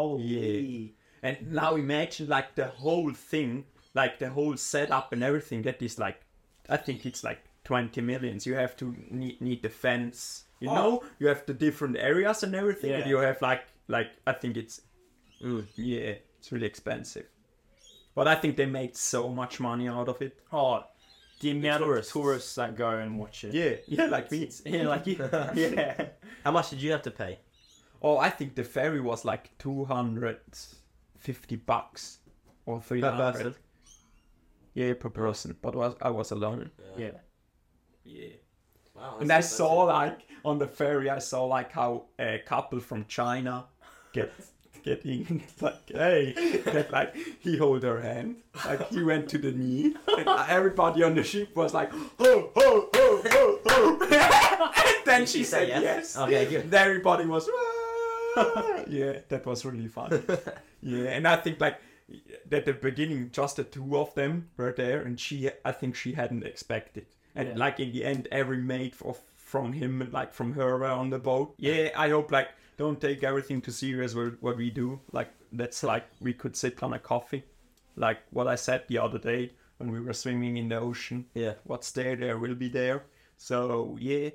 [SPEAKER 5] holy.
[SPEAKER 2] And now imagine like the whole thing, like the whole setup and everything. That is like, I think it's like twenty millions. You have to need, need the fence. You know, you have the different areas and everything. And
[SPEAKER 5] Oh. Yeah.
[SPEAKER 2] you have like like I think it's,
[SPEAKER 3] Mm.
[SPEAKER 2] yeah, it's really expensive. But I think they made so much money out of it.
[SPEAKER 5] Oh, the amount
[SPEAKER 3] tourists.
[SPEAKER 5] of tourists that go and watch it.
[SPEAKER 2] Yeah, yeah, like me.
[SPEAKER 5] It's- yeah, like you, yeah.
[SPEAKER 3] How much did you have to pay?
[SPEAKER 2] Oh, I think the ferry was like two hundred fifty bucks or three
[SPEAKER 3] Per
[SPEAKER 2] hundred.
[SPEAKER 3] person.
[SPEAKER 2] Yeah, per person. But was I was alone.
[SPEAKER 5] Yeah.
[SPEAKER 3] Yeah. Wow.
[SPEAKER 2] And I saw like on the ferry, I saw like how a couple from China get getting like hey, get like he hold her hand, like he went to the knee, and everybody on the ship was like ho ho ho ho ho, and then she
[SPEAKER 3] say
[SPEAKER 2] said yes.
[SPEAKER 3] yes? Okay, good.
[SPEAKER 2] And everybody was "Ah." yeah, that was really fun. Yeah, and I think like at the beginning, just the two of them were there, and she, I think she hadn't expected. And
[SPEAKER 5] Yeah.
[SPEAKER 2] like in the end, every mate of, from him and like from her were on the boat. Yeah, I hope like don't take everything too serious what, what we do. Like that's like we could sit on a coffee, like what I said the other day when we were swimming in the ocean.
[SPEAKER 3] Yeah.
[SPEAKER 2] What's there, there will be there. So yeah,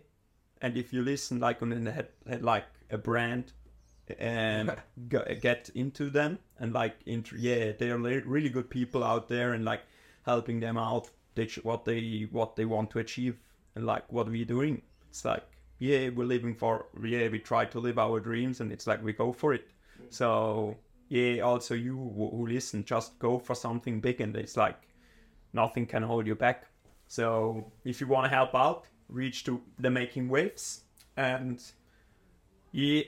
[SPEAKER 2] and if you listen like on the head, head like a brand and go, get into them and like int- yeah they are le- really good people out there and like helping them out they ch- what they what they want to achieve and like what we're doing it's like yeah we're living for yeah we try to live our dreams and it's like we go for it so yeah, also you who who listen, just go for something big and it's like nothing can hold you back. So if you want to help out, reach to the Making Waves and yeah,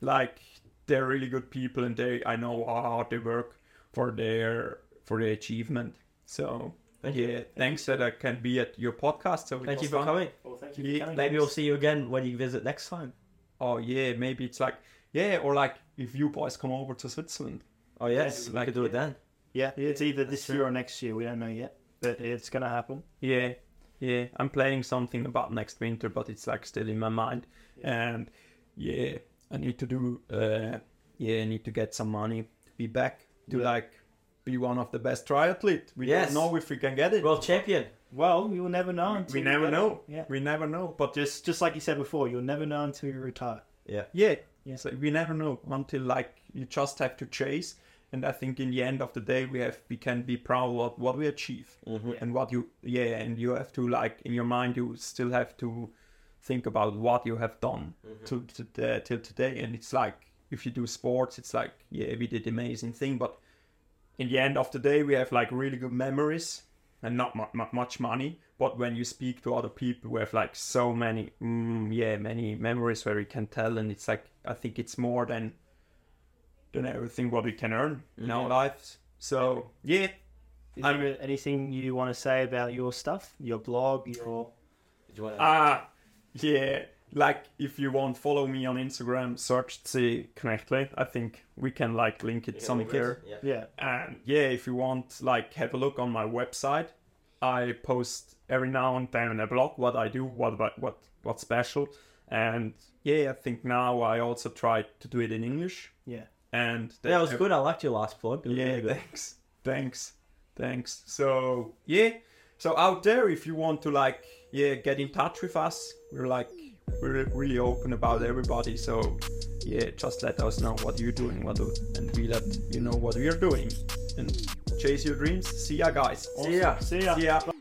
[SPEAKER 2] like they're really good people and they I know how hard they work for their for their achievement. So
[SPEAKER 3] Thank
[SPEAKER 2] yeah,
[SPEAKER 3] you.
[SPEAKER 2] thanks that I can be at your podcast. So it
[SPEAKER 3] Thank you
[SPEAKER 2] was
[SPEAKER 3] for
[SPEAKER 2] fun.
[SPEAKER 3] coming.
[SPEAKER 5] Well, thank
[SPEAKER 2] Yeah,
[SPEAKER 5] you for coming.
[SPEAKER 3] Maybe we'll
[SPEAKER 5] guys.
[SPEAKER 3] see you again when you visit next time.
[SPEAKER 2] Oh yeah, maybe it's like yeah, or like if you boys come over to Switzerland.
[SPEAKER 3] Oh yes,
[SPEAKER 2] Yeah,
[SPEAKER 3] we
[SPEAKER 2] like-
[SPEAKER 3] could do it then.
[SPEAKER 5] Yeah, it's either this year or next year. We don't know yet, but it's gonna happen.
[SPEAKER 2] Yeah, yeah. I'm planning something about next winter, but it's like still in my mind. And yeah, I need to do. Uh, yeah, I need to get some money to be back to like be one of the best triathlete. We
[SPEAKER 3] Yes.
[SPEAKER 2] don't know if we can get it.
[SPEAKER 3] World champion.
[SPEAKER 5] Well, you'll never know. Until
[SPEAKER 2] we
[SPEAKER 5] you
[SPEAKER 2] never
[SPEAKER 5] get it.
[SPEAKER 2] know.
[SPEAKER 5] Yeah.
[SPEAKER 2] We never know. But
[SPEAKER 5] Just, just like you said before, you'll never know until you retire.
[SPEAKER 3] Yeah.
[SPEAKER 2] yeah,
[SPEAKER 5] Yeah.
[SPEAKER 2] so we never know until like you just have to chase. And I think in the end of the day, we have we can be proud what what we achieve and what you yeah. And you have to like in your mind, you still have to think about what you have done to, to the, till today. And it's like if you do sports, it's like yeah, we did amazing thing. But in the end of the day, we have like really good memories and not mu- mu- much money. But when you speak to other people, we have like so many, mm, yeah, many memories where we can tell, and it's like I think it's more than than everything what we can earn in our lives. So yeah,
[SPEAKER 5] Is
[SPEAKER 2] I'm-
[SPEAKER 5] there anything you want to say about your stuff, your blog, your
[SPEAKER 3] Did you want
[SPEAKER 2] Ah, yeah. Like, if you won't follow me on Instagram, search C Knechtle. I think we can like link it somewhere.
[SPEAKER 3] Yeah.
[SPEAKER 5] yeah?
[SPEAKER 2] And yeah, if you want, like, have a look on my website. I post every now and then a blog what I do, what what what what's special, and yeah, I think now I also try to do it in English.
[SPEAKER 5] Yeah.
[SPEAKER 2] And
[SPEAKER 3] That was good. I liked your last plug. It was
[SPEAKER 2] yeah,
[SPEAKER 3] really good.
[SPEAKER 2] thanks. Thanks. Thanks. So, yeah. So out there if you want to like yeah, get in touch with us, we're like we're really open about everybody. So, yeah, just let us know what you're doing, what do, and we let you know what we are doing. And chase your dreams. See ya guys.
[SPEAKER 3] See ya.
[SPEAKER 5] See ya.
[SPEAKER 2] See ya.